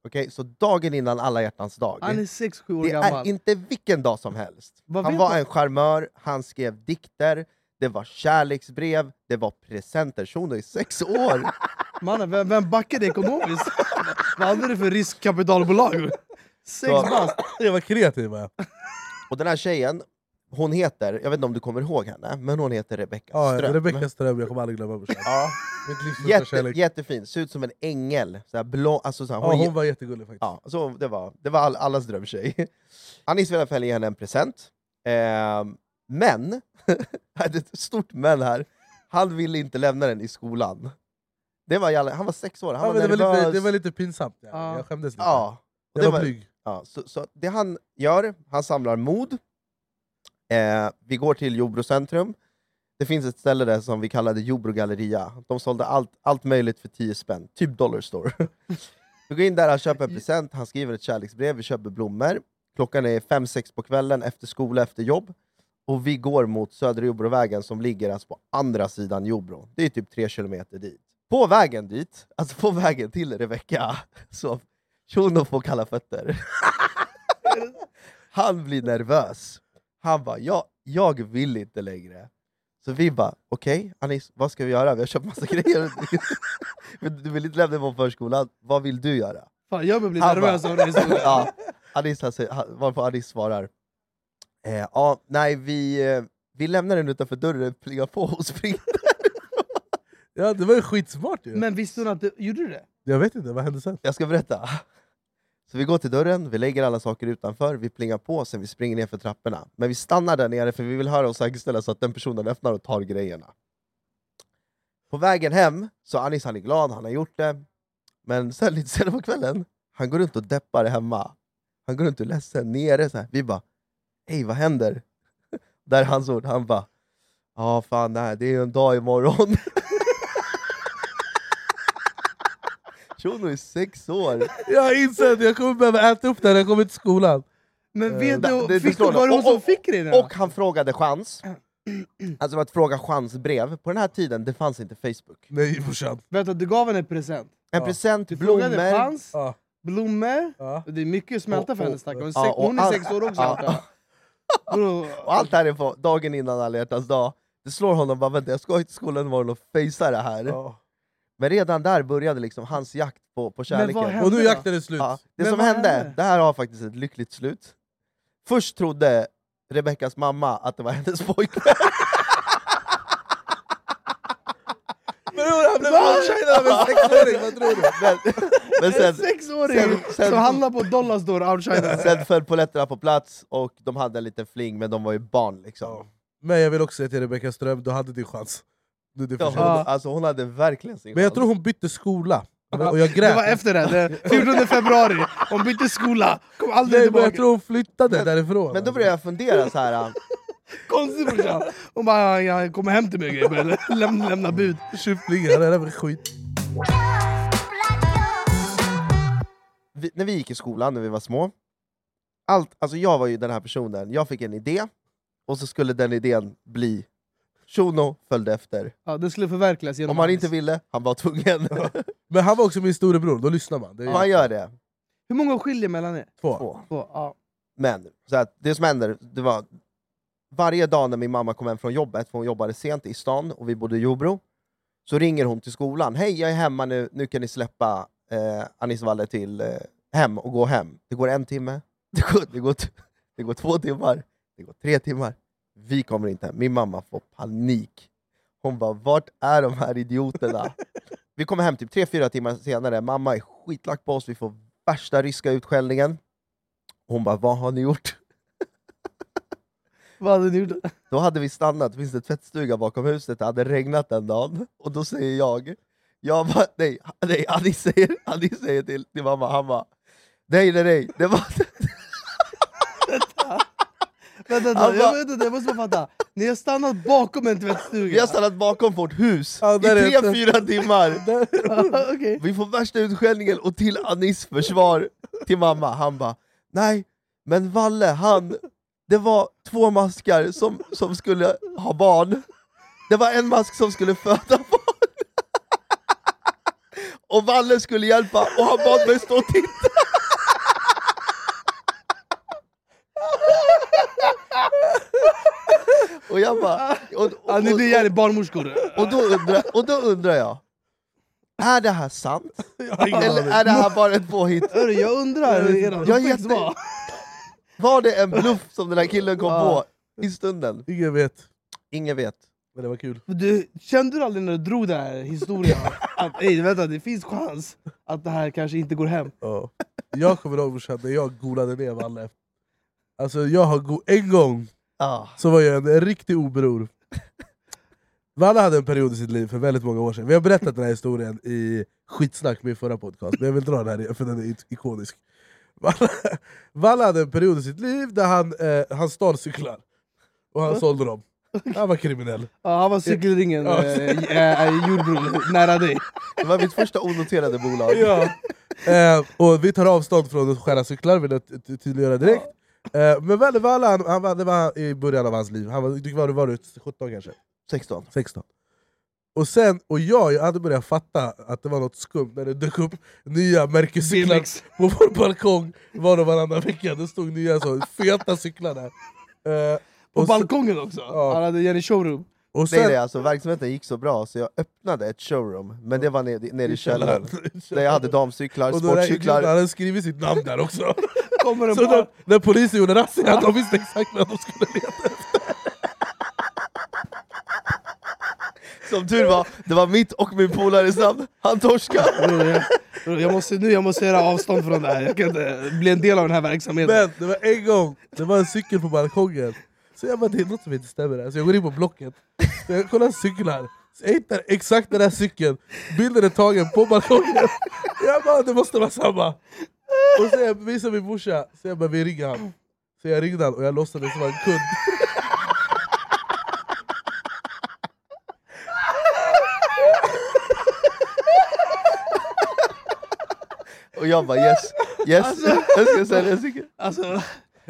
C: Okej, så dagen innan alla hjärtans dag.
B: Han är 6-7 år
C: Det
B: gammal.
C: är inte vilken dag som helst.
B: Vad
C: han
B: vet
C: var
B: man?
C: en charmör, han skrev dikter, det var kärleksbrev, det var presenter. Shuno är sex år!
B: Mannen, vem, vem backade ekonomiskt? Vad hade du för riskkapitalbolag? Sex
C: Så-
B: bast.
A: Jag var kreativ va?
C: Och den här tjejen, hon heter, jag vet inte om du kommer ihåg henne, men hon heter Rebecca
A: Ja,
C: Ström.
A: Rebecka Ström, jag kommer aldrig glömma morsan.
C: Ja.
A: Mitt livs största
C: Jätte,
A: kärlek.
C: jättefin, ser ut som en ängel. Så här blå, alltså så här,
A: Ja,
C: hon,
A: hon var jättegullig faktiskt.
C: ja, så det var, det var all, allas drömtjej. Anis vill i alla fall ge henne en present. Ehm, men, här är ett stort men här, han ville inte lämna den i skolan. Det var jävla, han var sex år, han
A: Ja,
C: var
A: men det,
C: nervös.
A: var lite, det var lite pinsamt, ja.
B: Ja.
A: jag skämdes lite.
C: ja, och
A: jag
C: det
A: var,
C: var,
A: blyg.
C: Ja, så, så det han gör, han samlar mod. Eh, vi går till Jordbrocentrum. Det finns ett ställe där som vi kallade Jordbrogalleria. De sålde allt, allt möjligt för 10 spänn, typ Dollar Store. vi går in där, han köper en present, han skriver ett kärleksbrev, vi köper blommor. Klockan är fem sex på kvällen, efter skola, efter jobb. Och vi går mot Södra Jordbrovägen som ligger alltså på andra sidan Jordbro. Det är typ tre kilometer dit. På vägen dit, alltså på vägen till Rebecka, så Shuno får kalla fötter. Han blir nervös. Han bara, jag, jag vill inte längre. Så vi bara, okej Anis, vad ska vi göra? Vi har köpt massa grejer. Men du vill inte lämna mig på förskolan, vad vill du göra?
B: Fan, jag blir
C: Han
B: nervös
C: bara-
B: av den historien.
C: ja, Anis, han säger, han, varpå Anis svarar, eh, ja, nej vi, eh, vi lämnar den utanför dörren, plingar på och springer.
A: Ja, det var ju skitsmart ju.
B: Men visste hon att du gjorde du det?
A: Jag vet inte, vad hände sen?
C: Jag ska berätta. Så vi går till dörren, vi lägger alla saker utanför, vi plingar på, sen vi springer ner för trapporna. Men vi stannar där nere för vi vill höra och säkerställa så att den personen öppnar och tar grejerna. På vägen hem, så Anis han är glad, han har gjort det. Men sen lite senare på kvällen, han går runt och deppar hemma. Han går runt och är ledsen nere. Så här. Vi bara, hej vad händer? Där är hans ord, han bara, ja fan nej, det är ju en dag imorgon. Shuno är sex år.
A: Jag inser att jag kommer behöva äta upp det här när jag kommer till skolan.
B: Men vet
C: Eh, det-
B: du,
C: det
B: fick du,
C: förstår
B: var det hon
C: jag.
B: som
C: Och-
B: fick grejerna?
C: Och han frågade chans. Alltså det var ett fråga chans-brev. På den här tiden det fanns inte Facebook.
A: Nej brorsan.
B: Vänta, du gav henne en present?
C: En
A: Ja.
C: present,
B: Du
C: blommor...
B: frågade chans,
A: Ja,
B: blommor,
A: ja.
B: det är mycket att smälta för
C: Och-
B: henne stackarn. Hon är
C: ja,
B: sex-
C: och
B: Hon är
C: all-
B: sex år också
C: ja.
B: antar jag. Bro,
C: Och allt det här är på dagen innan alla hjärtans dag. Det slår honom bara vänta jag ska till skolan imorgon och fejsa det här.
A: ja.
C: Men redan där började liksom hans jakt på, på kärleken.
B: vad hände?
A: Och nu är jakten är slut.
C: Ja, det
B: Men
C: som
B: vad
C: hände,
B: hände?
C: det här har faktiskt ett lyckligt slut. Först trodde Rebeckas mamma att det var hennes pojkvän.
A: Bror han blev avtjänad av en sexåring, vad tror du?
C: men, men
B: En
C: sen,
B: sexåring
C: sen- sen-
B: som handlar på Dollarstore outshiner.
C: sen föll poletterna på plats och de hade en liten fling men de var ju barn liksom.
A: Men jag vill också säga till Rebecka Ström, du hade din chans. Nu är det
C: Ja,
A: för
C: hon,
A: sent.
C: alltså hon hade verkligen sin
A: Men jag
C: chans.
A: tror hon bytte skola, och jag
B: Det var
A: grät.
B: efter det, det 14 februari, hon bytte skola, kom aldrig
A: Nej, men
B: tillbaka.
A: jag tror hon flyttade därifrån.
C: Men då började jag fundera så här. äh,
B: Konstig brorsan! Hon bara ja, jag kommer hem till mig och grejer, börjar lämna, lämna bud.
A: Kycklingar, det där var skit.
C: vi, när vi gick i skolan när vi var små, allt, alltså jag var ju den här personen, jag fick en idé, och så skulle den idén bli Shuno följde efter.
B: Ja, det skulle förverkligas genom
C: Om han
B: Anis.
C: inte ville, han var tvungen.
A: Men han var också min storebror, då lyssnar man. Det är
C: Om han gör det.
B: Hur många skiljer mellan er?
A: två.
C: Två.
B: Två, ja.
C: Men så att det som händer, det var varje dag när min mamma kom hem från jobbet, för hon jobbade sent i stan och vi bodde i Jordbro, så ringer hon till skolan. Hej, jag är hemma nu, nu kan ni släppa eh, Anis Valle till eh, hem och gå hem. Det går en timme, det går, det, går t- det går två timmar, det går tre timmar. Vi kommer inte hem. Min mamma får panik. Hon bara, vart är de här idioterna? vi kommer hem typ tre, fyra timmar senare, mamma är skitlack på oss, vi får värsta ryska utskällningen. Hon bara, vad har ni gjort?
B: Vad hade ni gjort?
C: Då hade vi stannat, finns det tvättstuga bakom huset, det hade regnat den dagen. Och då säger jag, jag bara, nej, nej Anis säger, Anis säger till, till mamma, han bara, nej nej nej, det var,
B: Vänta, vänta,
C: Han bara-
B: jag, vet inte, jag måste bara fatta. Ni har stannat bakom en tvättstuga?
C: vi har stannat bakom vårt hus
A: Ja, där är
C: i
A: det.
C: tre, fyra timmar.
B: Okej.
C: Vi får värsta utskällningen och till Anis försvar till mamma, han bara Nej, men Valle han, det var två maskar som, som skulle ha barn Det var en mask som skulle föda barn Och Valle skulle hjälpa och han bad mig stå och titta Och jag bara... Och, och,
B: Ah, ni blir
C: och,
B: jävligt barnmorskor.
C: och, då undrar, och då undrar jag, är det här sant? Eller är det här bara ett påhitt?
B: Hörru, jag undrar hur era
C: Jag är
B: uppväxt
C: jätte-
B: var.
C: Var det en bluff som den här killen kom på
B: Ja.
C: i stunden?
A: Ingen vet,
C: Ingen vet.
A: men det var kul.
B: Du, kände du aldrig när du drog den här historien att ey, vänta, det finns chans att det här kanske inte går hem?
A: Ja. Jag kommer ihåg brorsan, när jag golade ner Valle. Alltså jag har go- en gång
C: Ah.
A: så var jag en riktig obror. Valle hade en period i sitt liv för väldigt många år sedan. Vi har berättat den här historien i skitsnack med förra podcast, men jag vill dra den här igen, för den är it- ikonisk. Valle, Valle hade en period i sitt liv där han, eh, han stal cyklar, och han sålde dem. Han var kriminell.
B: Ja, han var cykelringen,
A: Ja.
B: eh, eh, eh, jordbro, nära dig.
C: Det var mitt första onoterade bolag.
A: Ja. Eh, och vi tar avstånd från att stjäla cyklar, vill jag ty- ty- tydliggöra direkt. Eh, men Valle Valle, han, han, var- det var i början av hans liv, han var, du var, du var du 17 kanske?
C: 16.
A: 16. Och sen, och jag, jag hade börjat fatta att det var något skumt när det dök upp nya märkescyklar
B: BMX.
A: på vår balkong var och varannan vecka. Det stod nya så, feta cyklar där. Eh,
B: På
A: och, sen,
B: balkongen också.
A: Ja.
B: Han hade Jenny Showroom.
A: och
C: Nej, nej,
A: sen...
C: alltså, verksamheten gick så bra så jag öppnade ett showroom, men det var nere, nere i källaren. Där jag hade damcyklar,
A: och då han
C: sportcyklar.
A: hade skrivit sitt namn där också.
B: Kommer en
A: Så
B: bar-
A: när, när polisen gjorde razzia, de visste exakt vad de skulle leta efter.
C: Som tur var, det var mitt och min polares namn. Han torskade!
B: Bror, jag, bror, jag måste, nu jag måste göra avstånd från det här, jag kan inte bli en del av den här verksamheten.
A: Men det var en gång, det var en cykel på balkongen. Så jag bara, det är något som inte stämmer här. Så jag går in på Blocket, så jag kollar cyklar. Så jag hittar exakt den här cykeln, bilden är tagen på balkongen. Jag bara, det måste vara samma. Och så jag visar min morsa, så jag bara, vi ringer han. Så jag ringde han och jag låtsades vara en kund.
C: Och jag bara yes, yes, jag ska sälja cykeln.
B: Alltså,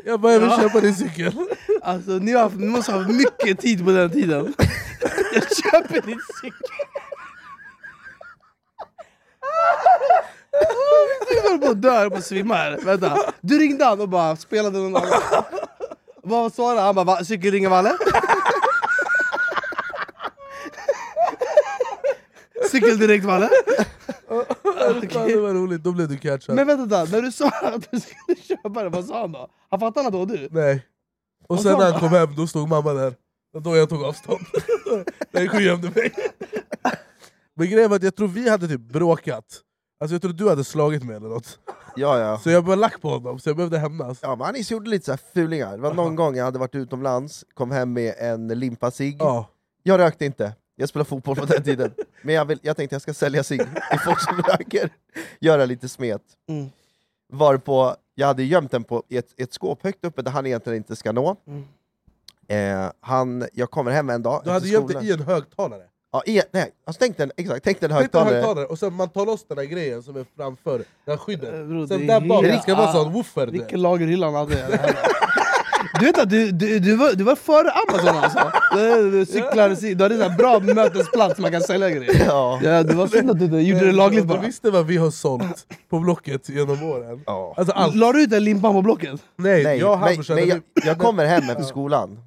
A: Jag bara, jag vill
B: Ja.
A: köpa din cykel.
B: alltså ni, har, haft- ni måste ha haft mycket tid på den tiden. Jag köper din cykel. Du håller på att dö, jag bara svimmar. Vänta, du ringde han och bara spelade någon annan. Vad svarade han? Han bara "Va, cykel ringer Valle. Cykel direkt Valle.
A: Fan, det alltså. var roligt, då blev du catchad.
B: Men vänta, när du sa att du skulle köpa den, vad sa han då? Han fattade att det var du?
A: Nej. Och sen när han kom hem, då stod mamma där. Det var Då jag tog avstånd. När jag gömde mig. Men grejen var att jag tror vi hade typ bråkat. Alltså jag tror du hade slagit mig eller något.
C: Ja, ja.
A: Så jag var lack på honom, så jag behövde hämnas.
C: Ja, men Anis gjorde lite så här fulingar. Det var någon gång jag hade varit utomlands, kom hem med en limpa cigg.
A: Ja.
C: Jag rökte inte, jag spelade fotboll på den tiden. Men jag, vill, jag tänkte jag ska sälja cigg till folk som röker. Göra lite smet.
B: Mm.
C: Varpå jag hade gömt den på i ett, i ett skåp högt uppe där han egentligen inte ska nå. Eh, han, jag kommer hem en dag
A: Mm. Du hade
C: efter
A: gömt
C: skolan.
A: dig i en högtalare.
C: Ja, i, nej, alltså, tänk den, exakt,
A: Tänk
C: tänk den
A: dig en
C: högtalare.
A: högtalare, och sen man tar loss den där grejen som är framför, det här skyddet.
B: Eh, bro,
A: sen
B: det
A: där
B: är
A: bak, det
B: helt-
A: ska vara
B: ah,
A: sån woofer. det.
B: Vilken lagerhylla han hade. det här. Du vet att du, du, du, var, du var före Amazon alltså. Du, du cyklade, cy- du hade en sån här bra mötesplats man kan sälja grejer.
C: Ja.
B: Ja, det var synd att du inte gjorde det lagligt
A: Du
B: bara.
A: visste vad vi har sålt på Blocket genom åren?
C: Ja.
A: Alltså allt.
B: La du ut den limpan på Blocket?
A: Nej,
C: Nej,
A: jag och
C: men,
A: Hamburgaren,
C: men jag,
A: vi-
C: jag kommer hem efter skolan,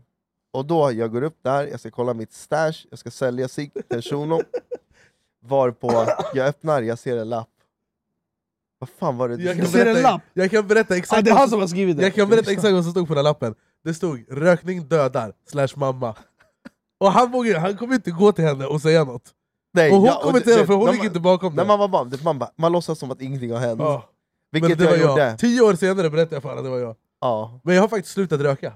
C: och då jag går upp där, jag ska kolla mitt stash, jag ska sälja cigg till en shuno. Varpå jag öppnar, jag ser en lapp. Vad fan var det?
A: Jag
B: Du
A: kan,
B: ser en
A: berätta,
B: lapp.
A: jag kan berätta
B: Ah,
A: exakt
B: det är han
A: vad
B: som har skrivit det.
A: Jag kan berätta exakt vad som stod på den här lappen. Det stod 'rökning dödar' slash mamma. Och han, vågar, han kommer inte gå till henne och säga något.
C: Nej,
A: Och hon
C: ja,
A: kommenterar
C: du-
A: för hon
C: när
A: ligger
C: man-
A: inte bakom
C: När
A: det.
C: man var barn, det- man, bara- man låtsas som att ingenting har hänt.
A: Ja, men
C: Vilket
A: det var
C: jag
A: jag.
C: gjorde.
A: Tio år senare berättade jag för henne att det var jag.
C: Ja.
A: Men jag har faktiskt slutat röka.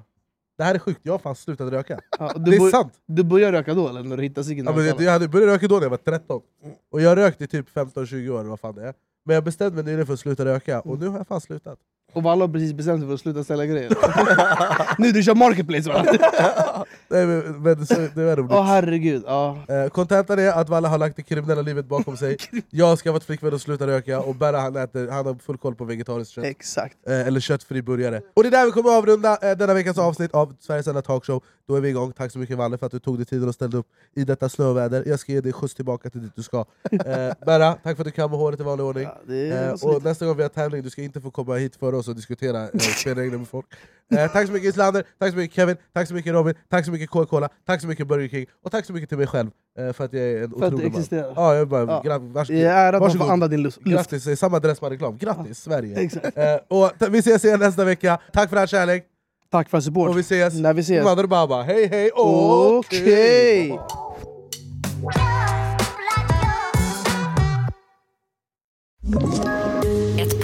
A: Det här är sjukt, jag har fan slutat röka.
B: Ja, och
A: det
B: du,
A: är
B: bör,
A: sant!
B: du började röka då eller? När du hittade ciggen?
A: Ja, men jag, jag hade börjat röka då när jag var 13. Och jag rökte i typ 15-20 år, vad fan det är. Men jag bestämde mig nyligen för att sluta röka, och nu har jag fan slutat.
B: Och Valle har precis bestämt sig för att sluta sälja grejer. nu du kör marketplace va?
A: Nej, men, men så, det var roligt.
B: Åh herregud. Ja.
A: Eh, Kontentan är att Valle har lagt det kriminella livet bakom sig. Jag har skaffat flickvän och slutat röka, och Berra han äter, han har full koll på vegetariskt kött.
B: Exakt.
A: Eh, eller köttfri burgare. Och det är där vi kommer att avrunda eh, denna veckans avsnitt av Sveriges enda talkshow. Då är vi igång. Tack så mycket Valle för att du tog dig tiden och ställde upp i detta snöväder. Jag ska ge dig skjuts tillbaka till dit du ska. Eh, Berra, tack för att du kammade håret i vanlig ordning.
B: Ja, det
A: Eh,
B: är
A: och nästa gång vi har tävling, du ska inte få komma hit för oss och diskutera eh, spelregler med folk. Eh, tack så mycket Islander, tack så mycket Kevin, tack så mycket Robin, tack så mycket Coca-Cola, tack så mycket Burger King, och tack så mycket till mig själv eh, för att jag är en
B: För att du
A: otrolig man.
B: existerar.
A: Ja, jag är bara,
B: Ja.
A: grabb,
B: Jag
A: varsågod.
B: är ärad att få
A: Varsågod.
B: andas din luft. luft.
A: Grattis, det är samma dress man reklam. Grattis Sverige!
B: Exakt.
A: Eh, och t- vi ses igen nästa vecka, tack för all kärlek,
B: Tack för support.
A: och vi ses!
B: När vi ses.
A: Mother Baba, hej hej!
B: Okej!
D: Ett